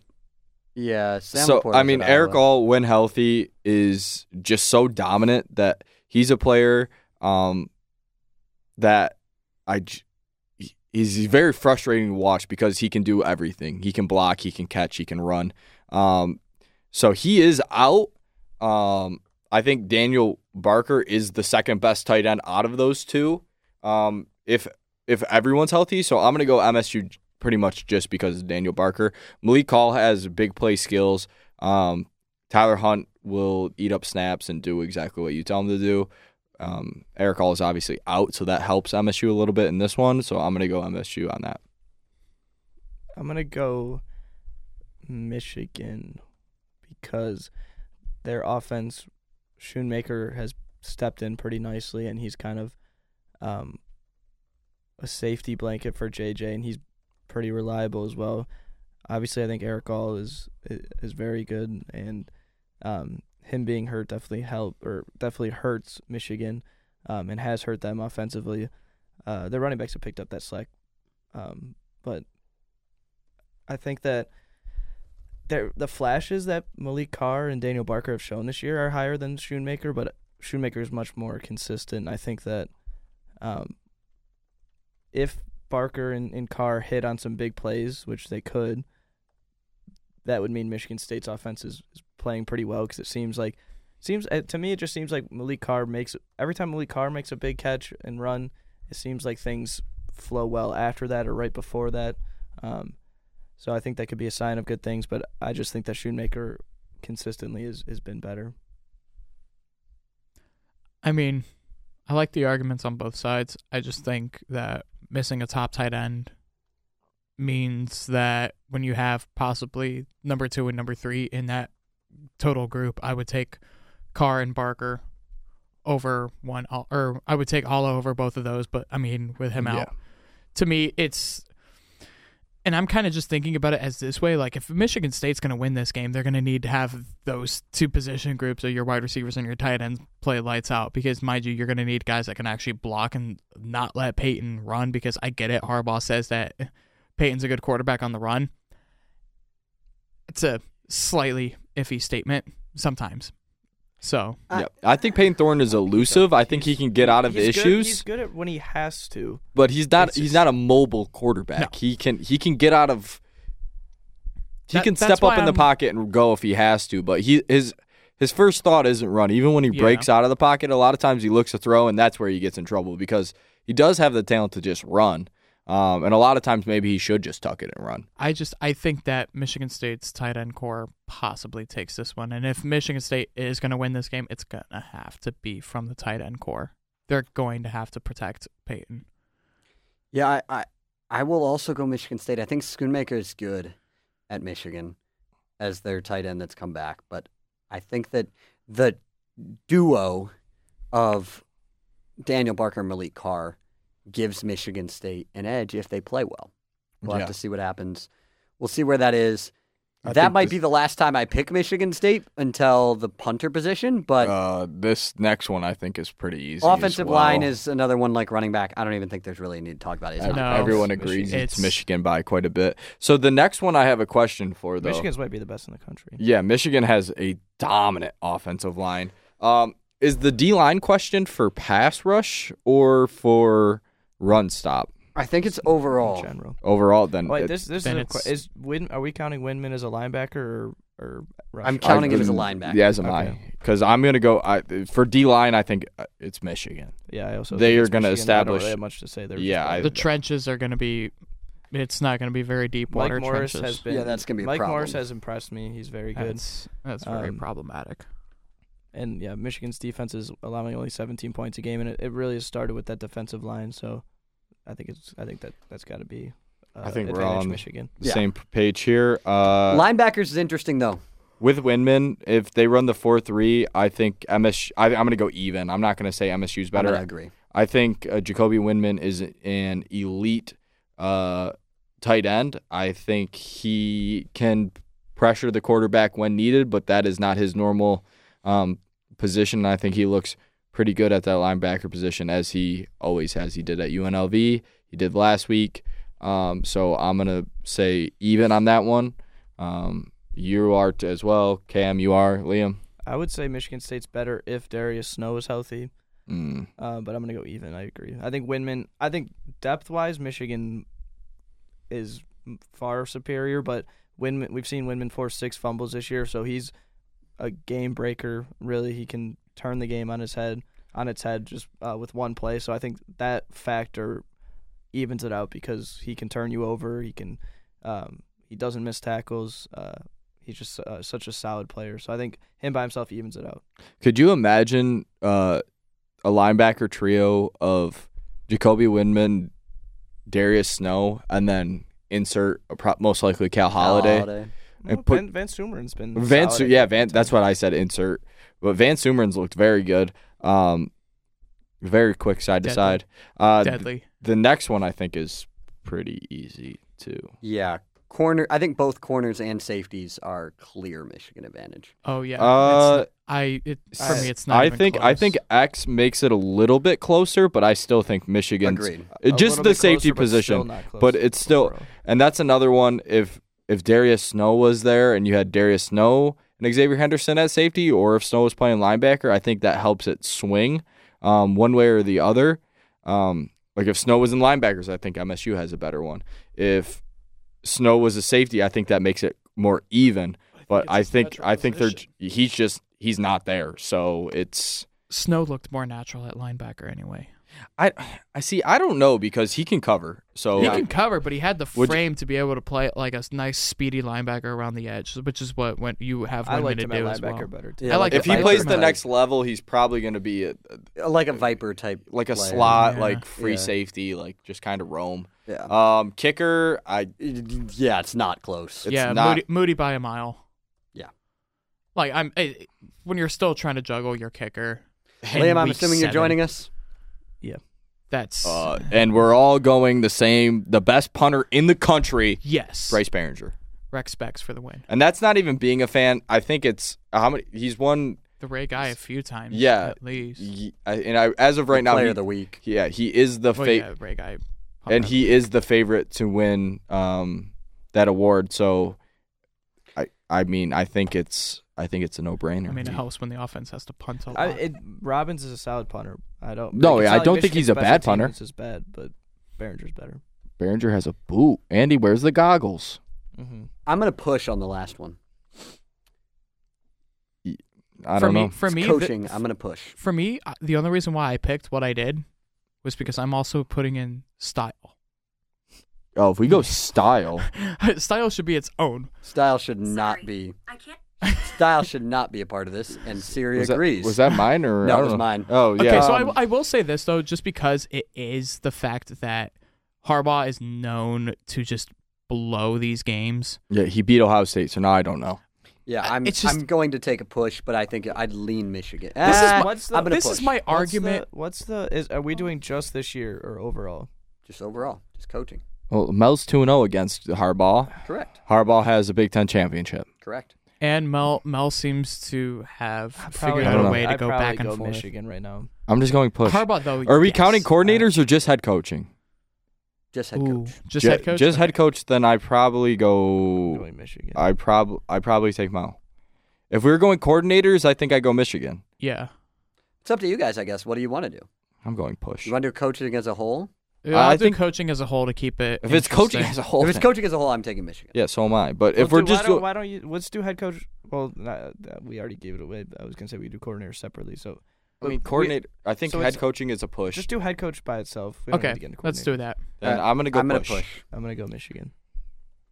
A: yeah, Sam.
B: so
A: Laporta's
B: I mean,
A: at
B: Eric
A: Iowa.
B: All, when healthy, is just so dominant that he's a player um, that I j- he- he's very frustrating to watch because he can do everything. He can block, he can catch, he can run. Um, so he is out. Um, I think Daniel Barker is the second best tight end out of those two. Um, if if everyone's healthy, so I'm gonna go MSU j- pretty much just because of Daniel Barker. Malik Hall has big play skills. Um, Tyler Hunt will eat up snaps and do exactly what you tell him to do. Um, Eric Hall is obviously out, so that helps MSU a little bit in this one. So I'm gonna go MSU on that.
D: I'm going to go Michigan because their offense, Schoonmaker has stepped in pretty nicely, and he's kind of um, a safety blanket for JJ, and he's pretty reliable as well. Obviously, I think Eric All is is very good, and um, him being hurt definitely help or definitely hurts Michigan, um, and has hurt them offensively. Uh, their running backs have picked up that slack, um, but I think that there the flashes that Malik Carr and Daniel Barker have shown this year are higher than Schoonmaker, but Schoonmaker is much more consistent. I think that um, if Barker and, and Carr hit on some big plays, which they could, that would mean Michigan State's offense is, is playing pretty well because it seems like seems uh, to me it just seems like Malik Carr makes every time Malik Carr makes a big catch and run, it seems like things flow well after that or right before that. Um, so I think that could be a sign of good things, but I just think that Shoemaker consistently has, has been better.
C: I mean, I like the arguments on both sides. I just think that missing a top tight end means that when you have possibly number two and number three in that total group, I would take Carr and Barker over one, or I would take Hollow over both of those. But I mean, with him
B: Yeah.
C: out, to me, it's and I'm kind of just thinking about it as this way: like if Michigan State's going to win this game, they're going to need to have those two position groups of your wide receivers and your tight ends play lights out. Because mind you, you're going to need guys that can actually block and not let Peyton run. Because I get it, Harbaugh says that Peyton's a good quarterback on the run. It's a slightly iffy statement sometimes. So
B: Yeah. I think Payne Thorne is elusive. I think he can get out of
D: Uh, He's good-
B: issues,
D: he's good at when he has to.
B: but he's not
D: It's
B: he's
D: just-
B: not a mobile quarterback.
C: No.
B: He can he can get out of he
C: That-
B: can
C: that's
B: step up
C: why
B: in the
C: I'm-
B: pocket and go if he has to, but he his his first thought isn't run. Even when he
C: Yeah.
B: breaks out of the pocket, a lot of times he looks to throw and that's where he gets in trouble because he does have the talent to just run. Um, and a lot of times maybe he should just tuck it and run.
C: I just I think that Michigan State's tight end core possibly takes this one, and if Michigan State is going to win this game, it's going to have to be from the tight end core. They're going to have to protect Peyton.
A: Yeah, I, I, I will also go Michigan State. I think Schoonmaker is good at Michigan as their tight end that's come back, but I think that the duo of Daniel Barker and Malik Carr gives Michigan State an edge if they play well. We'll
B: Yeah.
A: have to see what happens. We'll see where that is.
B: I
A: that
B: think
A: might
B: this-
A: be the last time I pick Michigan State until the punter position, but
B: Uh, this next one I think is pretty easy. as
A: offensive
B: well.
A: line is another one like running back. I don't even think there's really a need to talk about it. It's
B: Ev-
A: not-
C: No.
B: Everyone
D: It's
B: agrees
C: Michigan.
B: it's
C: It's-
B: Michigan by quite a bit. So the next one I have a question for though.
D: Michigan's might be the best in the country.
B: Yeah, Michigan has a dominant offensive line. Um, is the D line question for pass rush or for run stop
A: I think it's
D: in
A: overall.
D: general.
B: overall? Then
D: Wait,
B: it-
D: this this
C: Then
D: is, a,
C: it's-
D: que- is Win, Are we counting Winman as a linebacker or or rusher?
A: I'm counting
B: I
A: him as a
B: wouldn't-
A: linebacker.
B: Yeah, as am
D: Okay.
B: Because I'm gonna go I, for D line. I think uh, it's Michigan.
D: Yeah, I also
B: They
D: think
B: are
D: it's
B: gonna
D: Michigan. I don't
B: establish-
D: really have much to say there.
B: Yeah, I-
C: The trenches are going to be. It's not going to be very deep
D: Mike
C: water
D: Morris
C: trenches.
D: has been.
A: Yeah, that's gonna be a
D: Mike Morris
A: problem.
D: has impressed me. He's very good.
C: that's, that's very
D: Um,
C: problematic.
D: and yeah, Michigan's defense is allowing only 17 points a game, and it, it really has started with that defensive line. So, I think it's I think that that's got to be. Uh,
B: I think we're
D: advantage
B: on-
D: Michigan.
A: Yeah.
B: Same page here. Uh,
A: Linebackers is interesting though.
B: with Windman, if they run the four three, I think MS. I, I'm gonna go even. I'm not gonna say MSU's
A: I'm
B: better.
A: gonna agree.
B: I think uh, Jacoby Windman is an elite uh, tight end. I think he can pressure the quarterback when needed, but that is not his normal um, position. And I think he looks pretty good at that linebacker position as he always has. He did at UNLV, he did last week. Um, so I'm going to say even on that one. Um, you are t- as well. Cam, you are. Liam?
D: I would say Michigan State's better if Darius Snow is healthy,
B: Mm.
D: uh, but I'm gonna go even. I agree. I think Winman. I think depth wise, Michigan is m- far superior, but Winman. We've seen Winman force six fumbles this year, so he's a game breaker. Really, he can turn the game on his head on its head just uh, with one play. So I think that factor evens it out because he can turn you over. He can. Um, he doesn't miss tackles. Uh, he's just uh, such a solid player. So I think him by himself evens it out.
B: Could you imagine uh, a linebacker trio of Jacoby Windman, Darius Snow, and then insert a pro- most likely Cal Holiday? and
D: No,
B: put-
D: Van, Van Sumeren's been
B: Vance,
D: solid.
B: yeah, Van. That's what I said. Insert, but Van Sumerans looked very good. Um, very quick side to
C: Deadly.
B: side. Uh, th-
C: Deadly.
B: the next one I think is pretty easy too.
A: Yeah, corner. I think both corners and safeties are clear Michigan advantage.
C: Oh yeah.
B: Uh,
C: it's, I it, for
A: I-
C: me it's not.
B: I
C: even
B: think I
C: close.
B: think X makes it a little bit closer, but I still think Michigan.
A: Agreed.
D: A
B: Just
D: little
B: the
D: bit closer,
B: safety
D: but
B: position.
D: still not close
B: but it's still-
D: overall.
B: And that's another one. If if Darius Snow was there and you had Darius Snow and Xavier Henderson at safety, or if Snow was playing linebacker, I think that helps it swing um, one way or the other. Um, like if Snow was in linebackers, I think MSU has a better one. If Snow was a safety, I think that makes it more even. But I think I think they're he's just he's not there, so it's
C: Snow looked more natural at linebacker anyway.
B: I I see I don't know because he can cover. So
C: He can cover, but he had the
B: Oh, Would you-
C: frame to be able to play like a s- nice, speedy linebacker around the edge, which is what when you have
D: I
C: Windman
D: liked
C: to
D: him at
C: do as
D: linebacker
C: well.
D: better. Too.
A: Yeah,
C: I like
B: if he
C: Viper
B: plays the
C: type.
B: next level, he's probably going to be a,
A: like a viper type,
B: like a
A: player.
B: slot,
C: Yeah.
B: like free
A: Yeah.
B: safety, like just kind of roam.
A: Yeah.
B: Um, kicker, I
A: yeah, it's not close.
B: It's
C: yeah,
B: not-
C: Moody, Moody by a mile.
A: Yeah.
C: like I'm eh, I,
B: [laughs]
C: when you're still trying to juggle your kicker. in
A: Liam, I'm
C: week
A: assuming you you're
C: seven.
A: joining us.
C: That's
B: Uh, and we're all going the same, the best punter in the country,
C: yes.
B: Bryce Behringer.
C: Rex Specs for the win.
B: And that's not even being a fan. I think it's how many he's won.
C: The Ray guy a few times.
B: Yeah.
C: At least.
B: y- I- And I, as of right now,
A: player
B: he-
A: of the week.
B: yeah, he is the
C: Well,
B: fa-
C: yeah, Ray guy.
B: and he is the favorite to win um, that award. So, I I mean, I think it's I think it's a no brainer.
C: I mean, it helps when the offense has to punt a lot.
D: I, it, Robbins is a solid punter. I don't.
B: No,
D: it's
B: yeah,
D: not
B: I
D: like
B: don't think
D: Michigan's
B: he's a
D: special
B: bad
D: teams
B: punter.
D: Is bad, but Behringer's better.
B: Behringer has a boot, and he wears the goggles.
D: Mm-hmm.
A: I'm gonna push on the last one.
B: I
C: for
B: don't
C: me,
B: know.
C: For
A: It's
C: me, the-
A: coaching. I'm gonna push.
C: for me, uh, the only reason why I picked what I did was because I'm also putting in style. [laughs]
B: Oh, if we
A: [laughs]
B: go style,
C: style should be its own.
A: Style should not be.
E: I can't.
A: Style should not be a part of this,
B: [laughs]
A: and Siri
B: was that,
A: agrees.
B: was that mine
A: [laughs]
B: or
A: No, it
B: I don't
A: was
B: know.
A: mine.
B: Oh yeah.
C: Okay, so
B: Um,
C: I, I will say this though, just because it is the fact that Harbaugh is known to just blow these games.
B: yeah, he beat Ohio State, so now I don't know.
A: yeah,
C: I-
A: I'm.
C: it's just-
A: I'm going to take a push, but I think I'd lean Michigan.
C: This is
A: Ah,
C: my-
D: what's the-
A: I'm gonna
C: this is
A: push.
C: my argument.
D: What's the? What's the is, are we doing just this year or overall?
A: just overall, just coaching.
B: Well, Mel's two and zero against Harbaugh.
A: Correct.
B: Harbaugh has a Big Ten championship.
A: Correct.
C: And Mel Mel seems to have
D: Probably
C: figured out
B: don't
C: a
B: know.
C: way to
D: I'd
C: go
D: probably
C: back and
D: go
C: forth.
D: Michigan right now.
B: I'm just going push.
C: Harbaugh though.
B: Are we
C: yes. Uh,
B: counting coordinators or just head coaching?
A: Just head
C: Ooh,
A: coach.
C: Just
B: Ju-
C: head coach.
B: Just head coach. Then I probably
D: I'm
B: go.
D: Going Michigan.
B: I prob. I probably take Mel. If we were going coordinators, I think I go Michigan.
C: Yeah.
A: It's up to you guys, I guess. What do you want to do?
B: I'm going push.
A: You want to do coaching as a whole?
C: I'll
B: I
C: do
B: think-
C: coaching as a whole to keep it.
B: If it's coaching
C: interesting.
B: as a whole,
A: if it's
B: thing-
A: coaching as a whole, I'm taking Michigan.
B: yeah, so am I. But if
D: Well,
B: we're
D: dude,
B: just
D: why don't,
B: doing,
D: why don't you let's do head coach? Well, not, that- we already gave it away. but I was gonna say we do coordinator separately. So
B: I mean,
D: we-
B: coordinate. I think
D: so
B: head
D: it's-
B: coaching is a push.
D: Just do head coach by itself. We don't need
C: Okay,
D: to get into
C: let's do
D: coordinator.
C: that.
B: Then I'm gonna go
A: Uh, I'm
B: push.
A: gonna push.
D: I'm gonna go Michigan.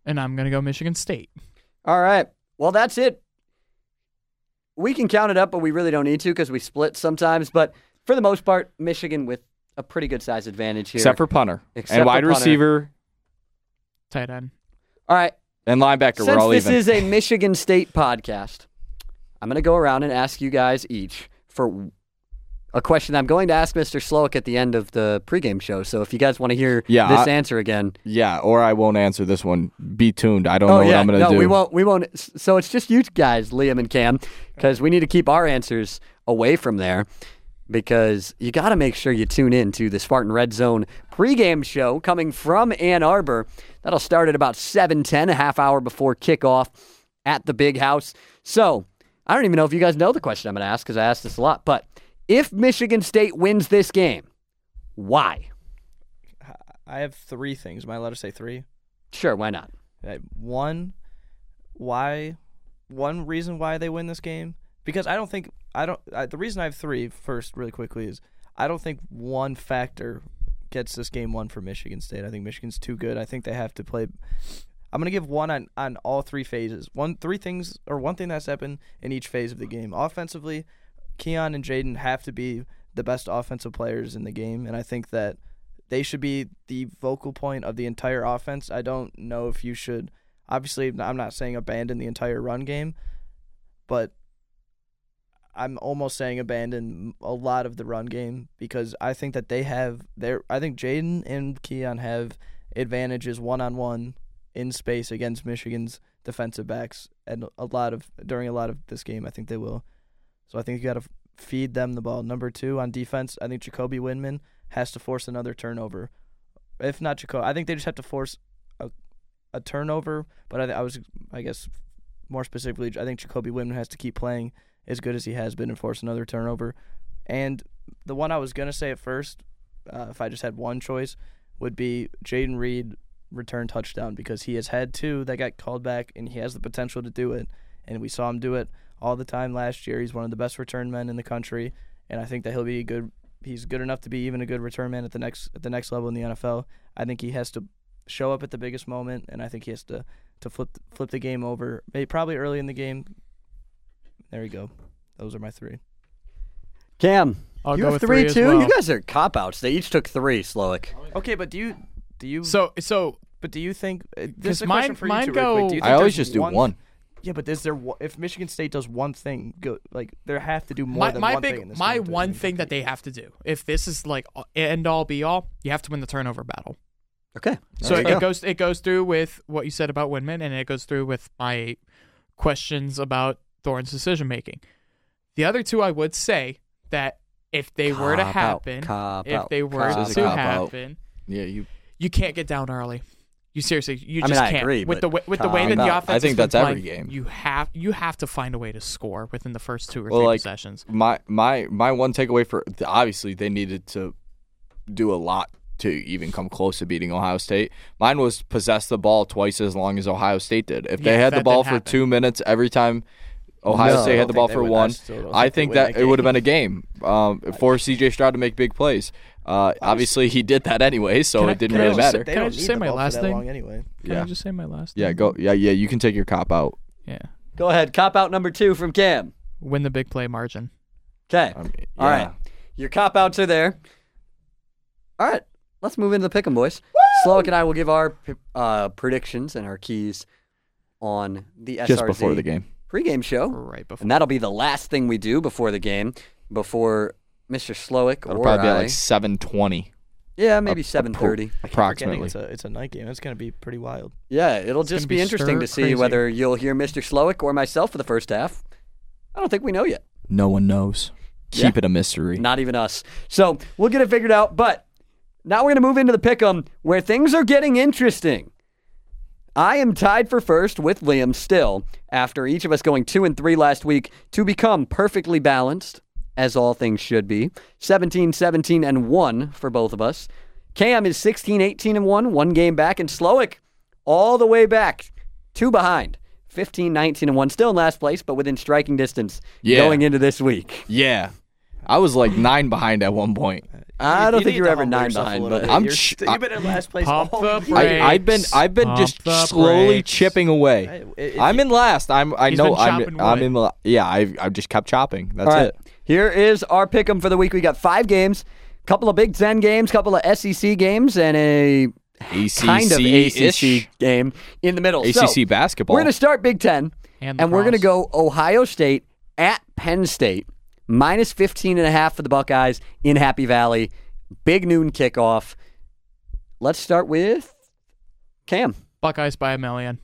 C: And I'm gonna go Michigan State.
A: All right. Well, that's it. We can count it up, but we really don't need to because we split sometimes. But for the most part, Michigan with a pretty good size advantage here.
B: except for punter
A: Except
B: and
A: for
B: wide
A: punter.
B: receiver
C: Tight end.
A: all right.
B: and linebacker. we're
A: Since
B: all
A: this
B: even.
A: is a Michigan State podcast, I'm going to go around and ask you guys each for a question. I'm going to ask Mr. Slowick at the end of the pregame show. So if you guys want to hear
B: Yeah,
A: this
B: I-
A: answer again,
B: yeah, or I won't answer this one. Be tuned. I don't know what I'm gonna
A: Oh, no,
B: do.
A: we won't. We won't. s- So it's just you guys, Liam and Cam, because we need to keep our answers away from there. Because you got to make sure you tune in to the Spartan Red Zone pregame show coming from Ann Arbor. That'll start at about seven ten, a half hour before kickoff at the Big House. So I don't even know if you guys know the question I'm going to ask because I asked this a lot. But if Michigan State wins this game, why?
D: I have three things. Am I allowed to say three?
A: Sure, why not?
D: Uh, One, why? One reason why they win this game because I don't think I don't. I, the reason I have three first, really quickly, is I don't think one factor gets this game won for Michigan State. I think Michigan's too good. I think they have to play. I'm gonna give one on, on all three phases. One, three things or one thing that's happened in each phase of the game. Offensively, Keon and Jaden have to be the best offensive players in the game, and I think that they should be the vocal point of the entire offense. I don't know if you should. Obviously, I'm not saying abandon the entire run game, but I'm almost saying abandon a lot of the run game because I think that they have their. I think Jaden and Keon have advantages one on one in space against Michigan's defensive backs, and a lot of during a lot of this game, I think they will. So I think you got to feed them the ball. Number two on defense, I think Jacoby Windman has to force another turnover. If not Jacoby, I think they just have to force a, a turnover. But I, I was, I guess, more specifically, I think Jacoby Windman has to keep playing as good as he has been and force another turnover. And the one I was gonna say at first, uh, if I just had one choice, would be Jaden Reed return touchdown because he has had two that got called back and he has the potential to do it. And we saw him do it all the time last year. He's one of the best return men in the country, and I think that he'll be a good. He's good enough to be even a good return man at the next at the next level in the NFL. I think he has to show up at the biggest moment, and I think he has to to flip flip the game over. Maybe probably early in the game. There you go. Those are my three.
A: Cam,
C: I'll
A: you
C: go
A: have
C: with three,
A: three,
C: as
A: too.
C: well.
A: You [laughs] guys are cop outs. They each took three, Slowick.
D: Okay, but do you do you
C: So so
D: but do you think uh, this
C: 'Cause
D: is a
C: mine-
D: question for you
C: mine
D: two, really quick.
C: go-
D: Do you
B: I
D: think
B: always
D: there's
B: just do one.
D: Yeah, but is there one- if Michigan State does one thing good, like they have to do more
C: my
D: than
C: my
D: one
C: big
D: thing. In this
C: my
D: game to
C: one
D: win.
C: thing that they have to do if this is like end all be all, you have to win the turnover battle.
A: Okay.
C: So
A: There
C: it,
A: you go.
C: goes it goes through with what you said about Winman, and it goes through with my questions about Thorne's decision making. The other two, I would say that if they were to
A: Cop out,
C: happen,
A: cop
C: if
A: out,
C: they were
A: cop
B: This is a
C: to
A: out.
B: cop out.
C: happen,
B: Yeah, you.
C: you can't get down early. You seriously, you
A: I mean,
C: just
A: I
C: can't.
A: agree,
C: with
A: but
C: the way, with the way
A: cop
C: that the
B: out.
C: offense,
B: I think
C: has been
B: that's every
C: playing,
B: game.
C: You have you have to find a way to score within the first two or
B: Well,
C: three
B: like,
C: possessions.
B: My my my one takeaway for obviously they needed to do a lot to even come close to beating Ohio State. Mine was possess the ball twice as long as Ohio State did. If they
C: Yeah,
B: had the
C: that
B: ball
C: didn't
B: for
C: happen.
B: two minutes every time Ohio
A: No.
B: State
A: I
B: had
A: don't
B: the ball
D: think they
B: for
D: would. I
B: one,
D: still don't
B: I
D: think they
B: think
D: win
B: that
D: that
B: it would have
D: game.
B: been a game um, for CJ Stroud to make big plays. Uh, obviously, he did that anyway, so
C: Can I-
B: it didn't
C: can I
B: really
C: just-
B: matter.
D: They
C: Can I
D: don't
C: just
D: need
C: say
D: the
C: my
D: ball for
C: last
D: that
C: thing?
D: long anyway.
C: Can
B: yeah.
C: I just say my last?
B: Yeah,
C: thing?
B: go. Yeah, yeah. You can take your cop out.
C: Yeah,
A: Go ahead. Cop out number two from Cam.
C: win the big play margin.
A: Okay.
B: I mean,
A: All
B: Um, yeah.
A: right. Your cop outs are there. All right. Let's move into the pick 'em, boys. Sloak and I will give our uh, predictions and our keys on the SRZ
B: Just before the game.
A: pregame show.
C: Right before.
A: And that'll be the last thing we do before the game, before Mr. Slowick
B: It'll
A: or
B: probably be at
A: I.
B: like seven twenty
A: yeah, maybe
B: appro-
A: 7.30.
D: I keep forgetting
B: approximately.
D: It's a, it's a night game. It's gonna be pretty wild.
A: Yeah, it'll just
C: gonna
A: be,
C: be
A: interesting to see
C: stir-crazy.
A: whether you'll hear Mr. Slowick or myself for the first half. I don't think we know yet.
B: No one knows.
A: Yeah.
B: Keep it a mystery.
A: Not even us. So we'll get it figured out. But now we're going to move into the pick 'em where things are getting interesting. I am tied for first with Liam still after each of us going two and three last week to become perfectly balanced, as all things should be. 17, 17, and one for both of us. Cam is 16, 18, and one, one game back. And Slowick, all the way back, two behind. 15, 19, and one, still in last place, but within striking distance
B: Yeah.
A: going into this week.
B: yeah, I was like nine behind at one point.
A: I
D: You-
A: don't
D: you
A: think
D: need
A: you're
D: to
A: ever
D: humble
A: nine
D: yourself a
A: behind,
D: little
A: but
D: bit.
B: I'm
D: You're
B: sh-
D: st- you've been in last place
C: Pump
D: all
C: the
D: year.
B: I,
C: brakes.
B: I've been I've been just
C: Pump the
B: slowly
C: brakes.
B: chipping away.
D: Hey, if
B: I'm in last. I'm I
C: He's
B: know
C: been
B: I'm
C: chopping
B: I'm
C: wood.
B: in la- yeah. I've I've just kept chopping. That's
A: All right.
B: it.
A: Here is our pick'em for the week. We got five games, couple of Big Ten games, couple of SEC games, and a
B: ACC
A: kind of ACC game in the middle. So,
B: ACC basketball.
A: we're going to start Big Ten,
C: And
A: and,
C: the
A: we're going to
C: Proms.
A: go Ohio State at Penn State, minus 15 and a half for the Buckeyes in Happy Valley. Big noon kickoff. Let's start with Cam.
C: Buckeyes by a million.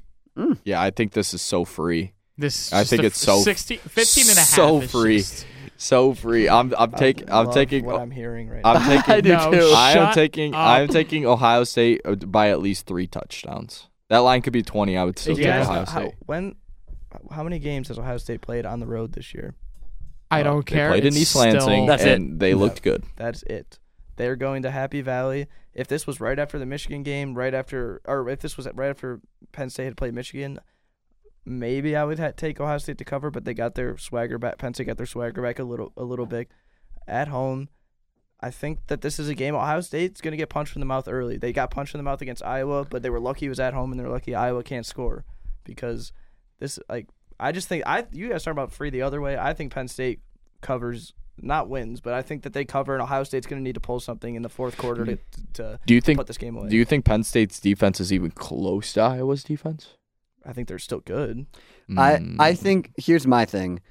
B: yeah, I think this is so free.
C: This is
B: I
C: just
B: think
C: a
B: it's so
C: 16, 15 and a half.
B: so
C: is
B: free.
C: just-
B: So free. I'm I'm taking I'm
D: love
B: taking
D: what I'm hearing right [laughs] now.
B: I'm taking
A: I do
C: No,
A: too.
B: I am
C: Shut
B: taking
C: up.
B: I am taking Ohio State uh, by at least three touchdowns. That line could be twenty. I would still
D: Do
C: You
B: take
D: you guys
B: Ohio
D: know
B: State.
D: how, when, how many games has Ohio State played on the road this year?
C: I
B: Uh,
C: don't
B: they
C: care.
B: Played in
C: It's
B: East Lansing,
C: still-
A: That's it.
B: and they looked good.
D: That's it. They're going to Happy Valley. If this was right after the Michigan game, right after, or if this was right after Penn State had played Michigan, maybe I would ha- take Ohio State to cover. But they got their swagger back. Penn State got their swagger back a little, a little bit at home. I think that this is a game Ohio State's going to get punched in the mouth early. They got punched in the mouth against Iowa, but they were lucky it was at home, and they're lucky Iowa can't score because this like I just think I you guys talking about free the other way. I think Penn State covers not wins, but I think that they cover, and Ohio State's going to need to pull something in the fourth quarter to
A: Mm-hmm.
D: to
B: Do you think?
D: put this game away.
B: Do you think Penn State's defense is even close to Iowa's defense?
D: I think they're still good.
A: I,
B: Mm.
D: Hmm.
A: I think here's my thing.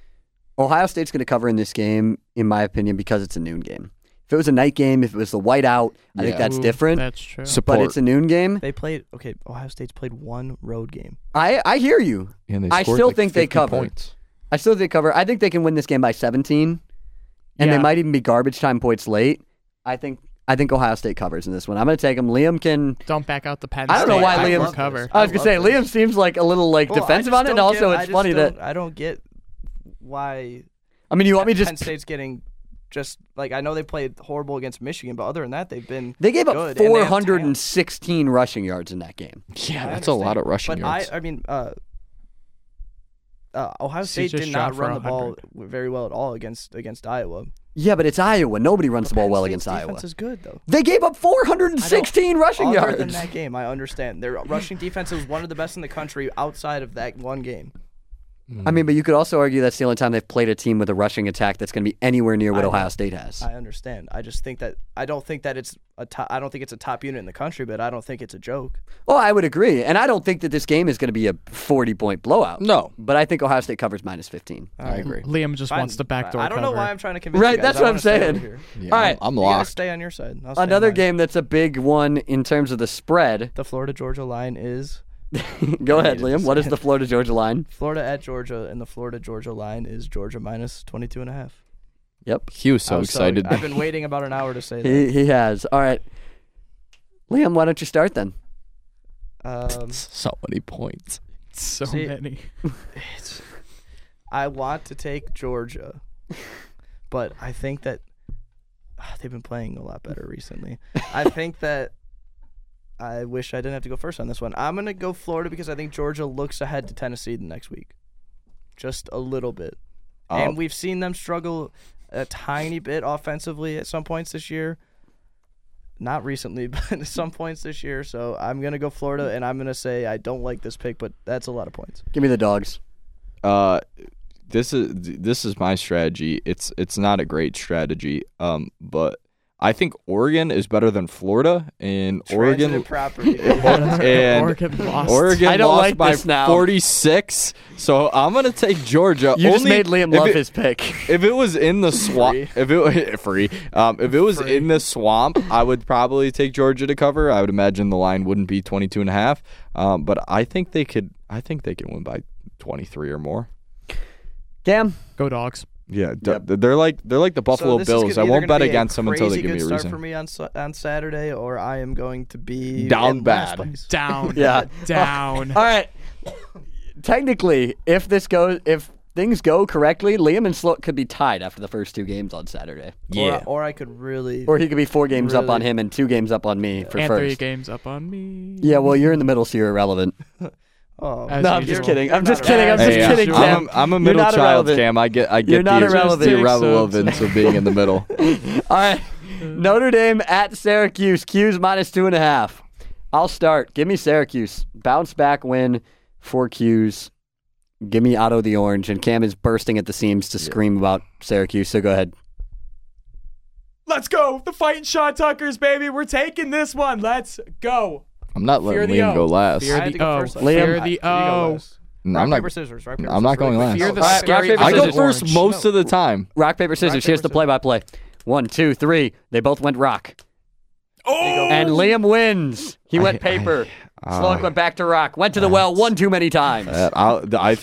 A: Ohio State's going to cover in this game, in my opinion, because it's a noon game. If it was a night game, if it was the whiteout, I think
B: Yeah.
A: that's
C: Ooh,
A: different.
C: That's true.
B: support.
A: but it's a noon game.
D: They played okay. Ohio State's played one road game.
A: I, I hear you.
B: and they
A: I
B: scored,
A: still
B: like,
A: think they
B: 50
A: cover.
B: Points.
A: I still think they cover. I think they can win this game by 17, and
C: Yeah.
A: they might even be garbage time points late. I think I think Ohio State covers in this one. I'm going to take them. Liam can.
C: Don't back out the Penn
A: I don't know
C: State.
A: why
C: I
A: Liam's-
C: will cover.
A: I was going to
D: love
A: say Liam
D: this.
A: seems like a little like
D: Well, I
A: defensive
D: just
A: on it, and
D: don't
A: also
D: get- I
A: it's
D: just
A: funny that
D: don't- I don't get why
A: I mean, you want me to
D: Penn
A: just
D: State's getting just like I know they played horrible against Michigan, but other than that, they've been
A: they gave up
D: good, and they have
A: 416 rushing yards in that game.
B: Yeah,
D: I
B: that's a lot
D: understand.
B: of rushing
D: but
B: yards.
D: I, I mean, uh, uh, Ohio
C: CJ
D: State did
C: Stroud
D: not
C: for
D: run the ball
C: 100.
D: w- very well at all against against Iowa.
A: Yeah, but it's Iowa. Nobody runs the ball
D: Penn
A: well
D: State's
A: against
D: defense
A: Iowa.
D: is good though.
A: They gave up 416 rushing
D: Other
A: yards.
D: than that game, I understand their rushing defense was one of the best in the country outside of that one game.
A: I mean, but you could also argue that's the only time they've played a team with a rushing attack that's going to be anywhere near what
D: I-
A: Ohio State has.
D: I understand. I just think that I don't think that it's a top, I don't think it's a top unit in the country, but I don't think it's a joke.
A: Well, Oh, I would agree, and I don't think that this game is going to be a 40 point blowout.
B: No.
A: but I think Ohio State covers minus 15.
B: I agree.
C: Liam just wants
D: Fine.
C: to backdoor.
D: I don't know
C: cover.
D: why I'm trying to convince
A: Right,
D: you guys.
A: that's
D: I
A: what I'm
D: wanna stay
A: saying.
D: over here.
B: Yeah,
A: All right.
B: I'm, I'm
D: You guys
B: locked.
D: stay on your side. I'll stay on
A: Another
D: mine.
A: game that's a big one in terms of the spread. [laughs]
D: The Florida Georgia line is
A: Go ahead,
D: to
A: Liam. What is the Florida Georgia line?
D: Florida at Georgia, and the Florida Georgia line is Georgia minus 22 and a half.
A: Yep,
B: He was so
D: I'm
B: excited.
D: I've been waiting about an hour to
A: [laughs]
D: say that.
A: he he has. All right, Liam, why don't you start then?
B: [laughs]
D: Um,
B: so many points.
C: So
D: See-
C: many.
D: it's, I want to take Georgia, but I think that ah, they've been playing a lot better recently. I think that I wish I didn't have to go first on this one. I'm gonna go Florida because I think Georgia looks ahead to Tennessee the next week, just a little bit,
B: Oh.
D: and we've seen them struggle a tiny bit offensively at some points this year. Not recently, [laughs] but at some points this year. So I'm gonna go Florida, and I'm gonna say I don't like this pick, but that's a lot of points.
A: Give me the dogs.
B: Uh, this is this is my strategy. It's it's not a great strategy. Um, but I think Oregon is better than Florida, and [laughs] Oregon
D: Transitive property.
B: and
C: [laughs] Oregon lost.
B: Oregon
A: I don't
B: lost
A: like
B: by
A: this now.
B: 46. So I'm gonna take Georgia.
A: You just
B: Only
A: made Liam
B: if
A: love
B: it-
A: his pick.
B: If it was in
A: [laughs]
B: the swamp, if it [laughs] free, um, if it was in the swamp, I would probably take Georgia to cover. I would imagine the line wouldn't be 22 and a half. Um, but I think they could. I think they can win by 23 or more.
A: Cam,
C: Go dogs.
B: Yeah, d- they're like they're like the
D: [laughs]
B: Buffalo
D: this is
B: Bills. I
D: either
B: won't
D: gonna
B: bet
D: be a
B: against them until they
D: crazy
B: give me
D: good
B: a
D: start
B: reason.
D: for me on Sa- on Saturday, or I am going to be
B: Down
D: in
B: bad.
D: last place.
C: [laughs] Down.
A: Yeah.
C: [laughs] Down.
A: All right. Technically, if this goes, if things go correctly, Liam and Sloat could be tied after the first two games on Saturday,
B: Yeah.
D: Or, or I could really.
A: or he could be four games up
D: Really?
A: on him and two games up on me for
C: and three
A: first.
C: games up on me.
A: Yeah, well, you're in the middle, so you're irrelevant.
D: oh,
C: As
A: No, I'm
C: usual.
A: just kidding. I'm just
D: not
A: kidding. I'm
C: irrelevant.
A: just
B: Hey,
C: Hey,
A: kidding,
C: I'm-
A: Cam.
B: I'm, I'm a
A: You're
B: middle
A: not
B: child,
A: irrelevant.
B: Cam. I get I get
A: You're not
B: the,
A: irrelevant.
B: the irrelevance of being in
A: [laughs]
B: the middle.
A: All right. Notre Dame at Syracuse. Q's minus two and a half. I'll start. Give me Syracuse. Bounce back win for Q's. Give me Otto the Orange. And Cam is bursting at the seams to scream about Syracuse, so go ahead.
C: Let's go. The fighting Shaw Tuckers, baby. We're taking this one. Let's go.
B: I'm not
C: Fear
B: letting
C: the
B: Liam
C: O.
B: go last.
C: Fear
D: I had
C: the
D: to go
C: O.
D: first.
A: Liam.
C: Fear the O.
B: No,
D: rock,
B: I'm not.
D: paper scissors. Rock, paper,
B: I'm not
D: scissors,
B: going
D: really
B: last.
C: Fear
D: quick.
C: the
A: All right,
C: scary.
A: rock, paper,
B: I go
A: scissors.
B: first most of the
C: [laughs]
B: time.
A: Rock, paper, scissors.
D: Rock, paper,
A: Here's the
D: scissors.
A: play by play. One, two, three. They both went rock.
C: Oh.
A: And Liam wins. He went paper. Sloak went back to rock. Went to the well one too many times.
B: Uh, I'll- the- I,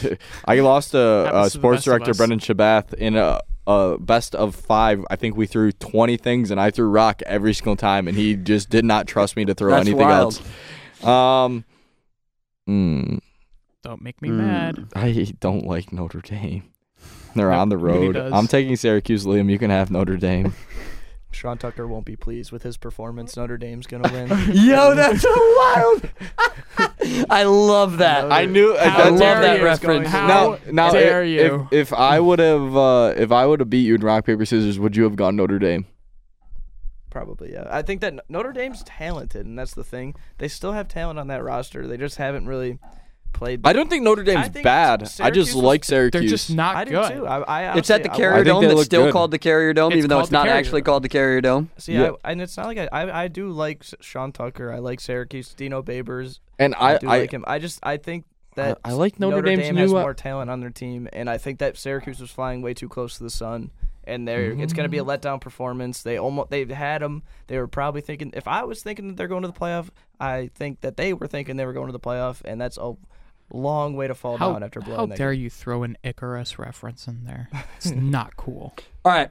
B: I lost a,
C: Happens
B: a
C: to the
B: sports
C: best of
B: director,
C: us.
B: Brendan Shabath, in a, a best of five. I think we threw 20 things, and I threw rock every single time, and he just did not trust me to throw
A: That's
B: anything
A: wild.
B: else. Um, mm,
C: Don't make me mad.
B: I don't like Notre Dame. They're on the
C: nobody
B: road.
C: does.
B: I'm taking Syracuse, Liam. You can have Notre Dame.
D: Sean Tucker won't be pleased with his performance. Notre Dame's gonna
C: [laughs]
D: win.
A: Yo, that's [laughs] so wild. I love that.
B: I knew.
C: How
A: I
B: that's-
A: love
C: dare
A: that
C: you.
A: reference.
C: How
B: Now, now,
C: dare
B: if,
C: you?
B: If, if I would have, uh, if I would have beat you in rock paper scissors, would you have gone Notre Dame?
D: Probably, yeah. I think that Notre Dame's talented, and that's the thing. They still have talent on that roster. They just haven't really played.
B: I don't think Notre Dame's
D: I think
B: bad. I
D: Syracuse
B: just
D: was-
B: like Syracuse.
C: They're just not
D: I do
C: good.
D: too. I, I
A: It's at
D: honestly-
A: the
D: I-
A: Carrier
B: think
A: Dome
B: they
A: that's
B: look
A: still
B: good.
A: called the Carrier Dome,
C: It's
A: even though
C: called
A: it's
C: the
A: not
C: Carrier
A: actually
C: Dome.
A: called the Carrier Dome.
D: See,
B: Yeah.
D: I, and it's not like I, I, I do like S- Sean Tucker. I like Syracuse, Dino Babers.
B: and
D: I,
B: I,
D: do
B: I,
D: like him. I just I think that
B: I like Notre Dame's
D: Dame has
B: new, uh,
D: more talent on their team, and I think that Syracuse was flying way too close to the sun, and they're it's going to be a
B: Mm-hmm.
D: letdown performance. They almost they've had them. They were probably thinking if I was thinking that they're going to the playoff, I think that they were thinking they were going to the playoff, and that's a long way to fall
C: How,
D: down after blowing
C: how
D: that.
C: dare
D: game.
C: you throw an Icarus reference in
D: [laughs]
C: there? It's not cool.
A: All right.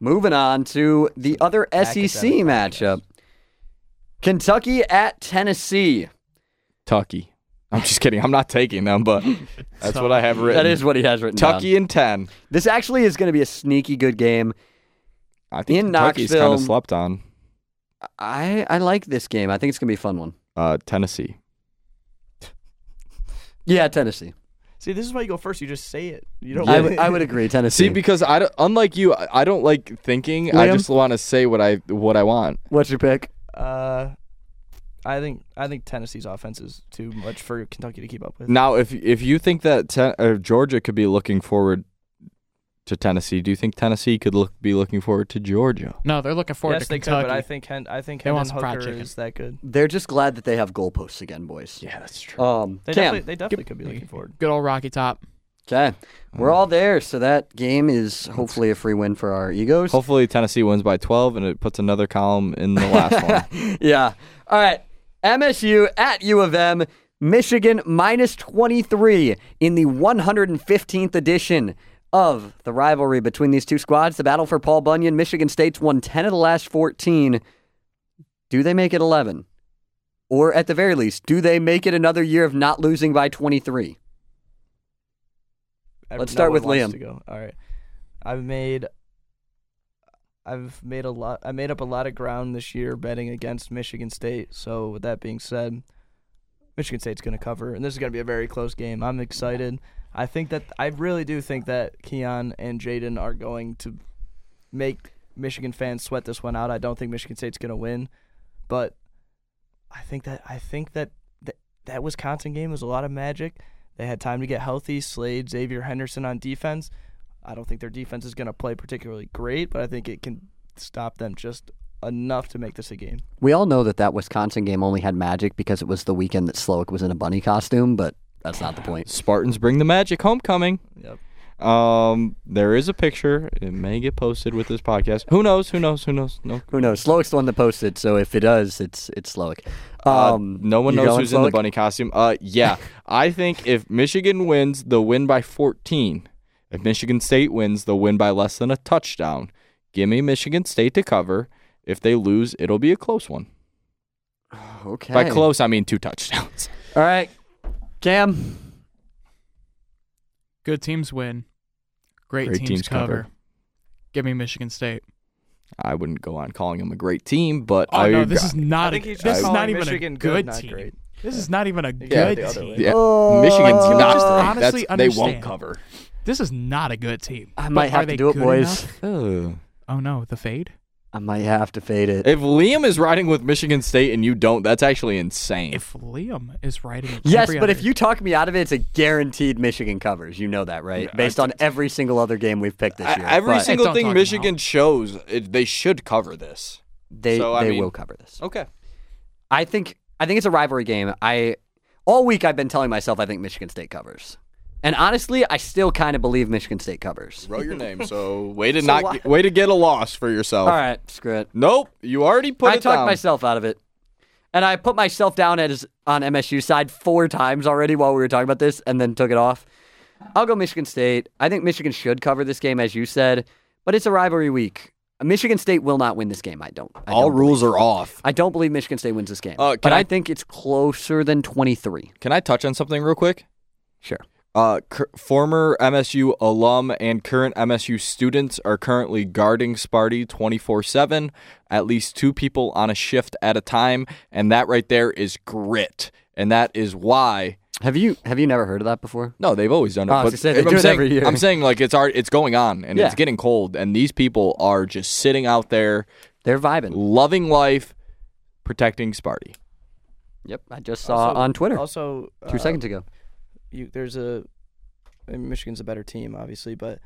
A: Moving on to the other
D: Academic
A: SEC matchup. Kentucky at Tennessee.
B: Tucky. I'm just kidding. I'm not taking them, but that's what I have written.
A: That is what he has written down.
B: Tucky and ten.
A: This actually is going to be a sneaky good game.
B: I think
A: In
B: Kentucky's
A: Knoxville-
B: kind of slept on.
A: I, I like this game. I think it's going to be a fun one.
B: Uh, Tennessee.
A: Yeah, Tennessee.
D: See, this is why you go first. You just say it. You don't.
A: I would-
D: [laughs]
A: I would agree, Tennessee.
B: [laughs] See, because I don't, unlike you, I I don't like thinking. I
A: Liam?
B: just want to say what I what I want.
A: What's your pick?
D: Uh, I think I think Tennessee's offense is too much for Kentucky to keep up with.
B: Now, if if you think that ten, or Georgia could be looking forward to Tennessee, do you think Tennessee could look be looking forward to Georgia?
C: No, they're looking forward
D: yes,
C: to
D: they
C: Kentucky.
D: could, but I think Hen- I think
C: They want
D: Hendon
C: some fried
D: Hooker
C: chicken.
D: is that good.
A: They're just glad that they have goalposts again, boys.
B: Yeah, that's true.
A: Um,
D: They
A: Cam,
D: definitely they definitely could be looking forward.
C: Good old Rocky Top.
A: okay, we're all there, so that game is hopefully a free win for our egos.
B: Hopefully, Tennessee wins by twelve, and it puts another column in the last one.
A: yeah. All right. MSU at U of M, Michigan minus 23 in the 115th edition of the rivalry between these two squads. The battle for Paul Bunyan. Michigan State's won 10 of the last 14. Do they make it 11? Or at the very least, do they make it another year of not losing by 23?
D: Every-
A: Let's
D: no
A: start
D: one
A: with Liam.
D: wants to go. All right, I've made I've made a lot. I made up a lot of ground this year betting against Michigan State. So with that being said, Michigan State's going to cover, and this is going to be a very close game. I'm excited. I think that I really do think that Keon and Jaden are going to make Michigan fans sweat this one out. I don't think Michigan State's going to win, but I think that I think that that, that Wisconsin game was a lot of magic. They had time to get healthy. Slade, Xavier Henderson on defense. I don't think their defense is going to play particularly great, but I think it can stop them just enough to make this a game.
A: We all know that that Wisconsin game only had magic because it was the weekend that Slowick was in a bunny costume, but that's not the point.
B: Spartans bring the magic homecoming.
D: Yep.
B: Um, there is a picture. It may get posted with this podcast. Who knows? Who knows? Who knows? No,
A: Who knows? Slowick's the one that posted, so if it does, it's it's Slowick.
B: Uh,
A: Um,
B: no one
A: you
B: knows
A: going,
B: who's in the
A: Slowick?
B: bunny costume. Uh,
C: [laughs]
B: yeah, I think if Michigan wins, they'll win by 14. If Michigan State wins, they'll win by less than a touchdown. Give me Michigan State to cover. If they lose, it'll be a close one.
A: Okay.
B: By close, I mean two touchdowns. [laughs]
A: All right, Cam.
C: Good teams win. Great,
B: Great
C: teams,
B: teams cover.
C: cover. Give me Michigan State.
B: I wouldn't go on calling them a great team, but
C: Oh
B: I
C: no, this is not a,
D: think he's
C: this is
D: calling
C: not even
D: Michigan
C: a
D: good,
C: good,
D: not
C: team.
D: great.
C: This is not even a
D: Yeah,
C: good
D: the other
C: team.
D: way.
B: yeah,
A: Oh.
B: Michigan's
A: I
B: not.
A: just
B: that's-
C: honestly
B: they won't
C: understand.
B: cover.
C: This is not a good team.
A: I
C: But
A: might
C: are
A: have to
C: they
A: do it,
C: good
A: boys.
C: enough?
B: Ugh.
C: Oh no, the fade.
A: I might have to fade it.
B: If Liam is riding with Michigan State and you don't, that's actually insane.
C: If Liam is writing, with
A: yes,
C: every
A: but if
C: other-
A: you talk me out of it, it's a guaranteed Michigan covers. You know that, right? Based on every single other game we've picked this
B: I-
A: year.
B: every
A: But
B: single
C: Don't talk
B: thing
C: him
B: Michigan
C: out.
B: shows, it, they should cover this.
A: they
B: so, I
A: they
B: mean-
A: will cover this.
B: Okay.
A: I think I think it's a rivalry game. I all week I've been telling myself I think Michigan State covers. And honestly, I still kind of believe Michigan State covers.
B: Wrote your name,
A: [laughs]
B: so way to
A: why-
B: not get, way to get a loss for yourself.
A: All right, screw it.
B: Nope, you already put
A: I
B: it
A: talked
B: down.
A: myself out of it. And I put myself down as on MSU side four times already while we were talking about this and then took it off. I'll go Michigan State. I think Michigan should cover this game, as you said, but it's a rivalry week. Michigan State will not win this game, I don't. I
B: All
A: don't
B: rules are off.
A: believe. I don't believe Michigan State wins this game.
B: Uh, can
A: but I,
B: I-
A: think it's closer than 23.
B: Can I touch on something real quick?
A: Sure.
B: Uh, cur- former MSU alum and current MSU students are currently guarding Sparty 24 7, at least two people on a shift at a time. And that right there is grit. And that is why
A: Have you have you never heard of that before?
B: No, they've always done it.
A: Oh, I was gonna
B: but
A: say, they
B: I'm
A: do it
B: saying,
A: every year.
B: I'm saying like it's already, it's going on and
A: Yeah.
B: it's getting cold, and these people are just sitting out there
A: They're vibing.
B: loving life, protecting Sparty.
A: Yep, I just saw on Twitter
D: Also,
A: two
D: uh,
A: seconds ago.
D: you, there's a I mean, Michigan's a better team, obviously, but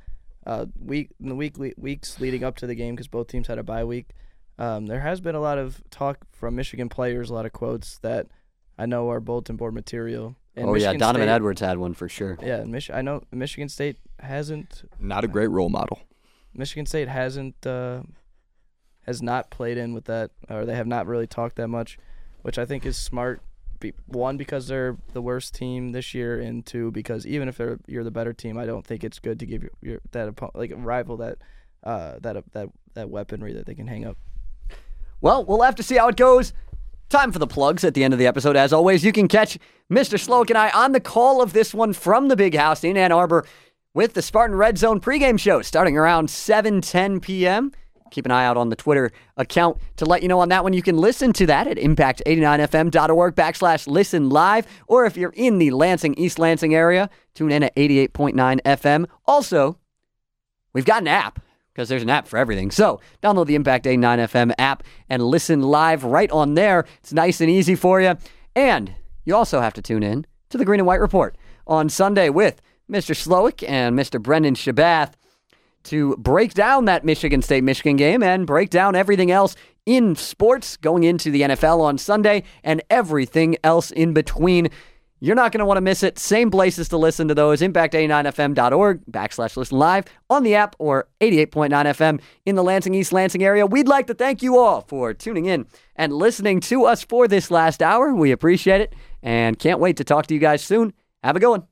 D: uh, week in the weekly weeks leading up to the game because both teams had a bye week. Um, there has been a lot of talk from Michigan players, a lot of quotes that I know are bulletin board material. And
A: oh yeah,
D: Michigan
A: Donovan
D: State,
A: Edwards had one for sure.
D: Yeah, and Mich- I know Michigan State hasn't
B: Not a great role model.
D: Michigan State hasn't uh, has not played in with that, or they have not really talked that much, which I think is smart. Be- one because they're the worst team this year, and two because even if they're you're the better team, I don't think it's good to give your, your that oppo- like rival that uh, that that that weaponry that they can hang up.
A: Well, we'll have to see how it goes. Time for the plugs at the end of the episode. As always, you can catch Mr. Sloak and I on the call of this one from the Big House in Ann Arbor with the Spartan Red Zone pregame show starting around 7:10 p.m. Keep an eye out on the Twitter account to let you know on that one. You can listen to that at impact89fm.org backslash listen live. Or if you're in the Lansing, East Lansing area, tune in at 88.9 FM. Also, We've got an app. because there's an app for everything. So download the Impact A9 FM app and listen live right on there. It's nice and easy for you. And you also have to tune in to the Green and White Report on Sunday with Mr. Slowick and Mr. Brendan Shabath to break down that Michigan State Michigan game and break down everything else in sports going into the NFL on Sunday and everything else in between. You're not going to want to miss it. Same places to listen to those impact89fm.org backslash listen live on the app or 88.9 FM in the Lansing East Lansing area. We'd like to thank you all for tuning in and listening to us for this last hour. We appreciate it and can't wait to talk to you guys soon. Have a good one.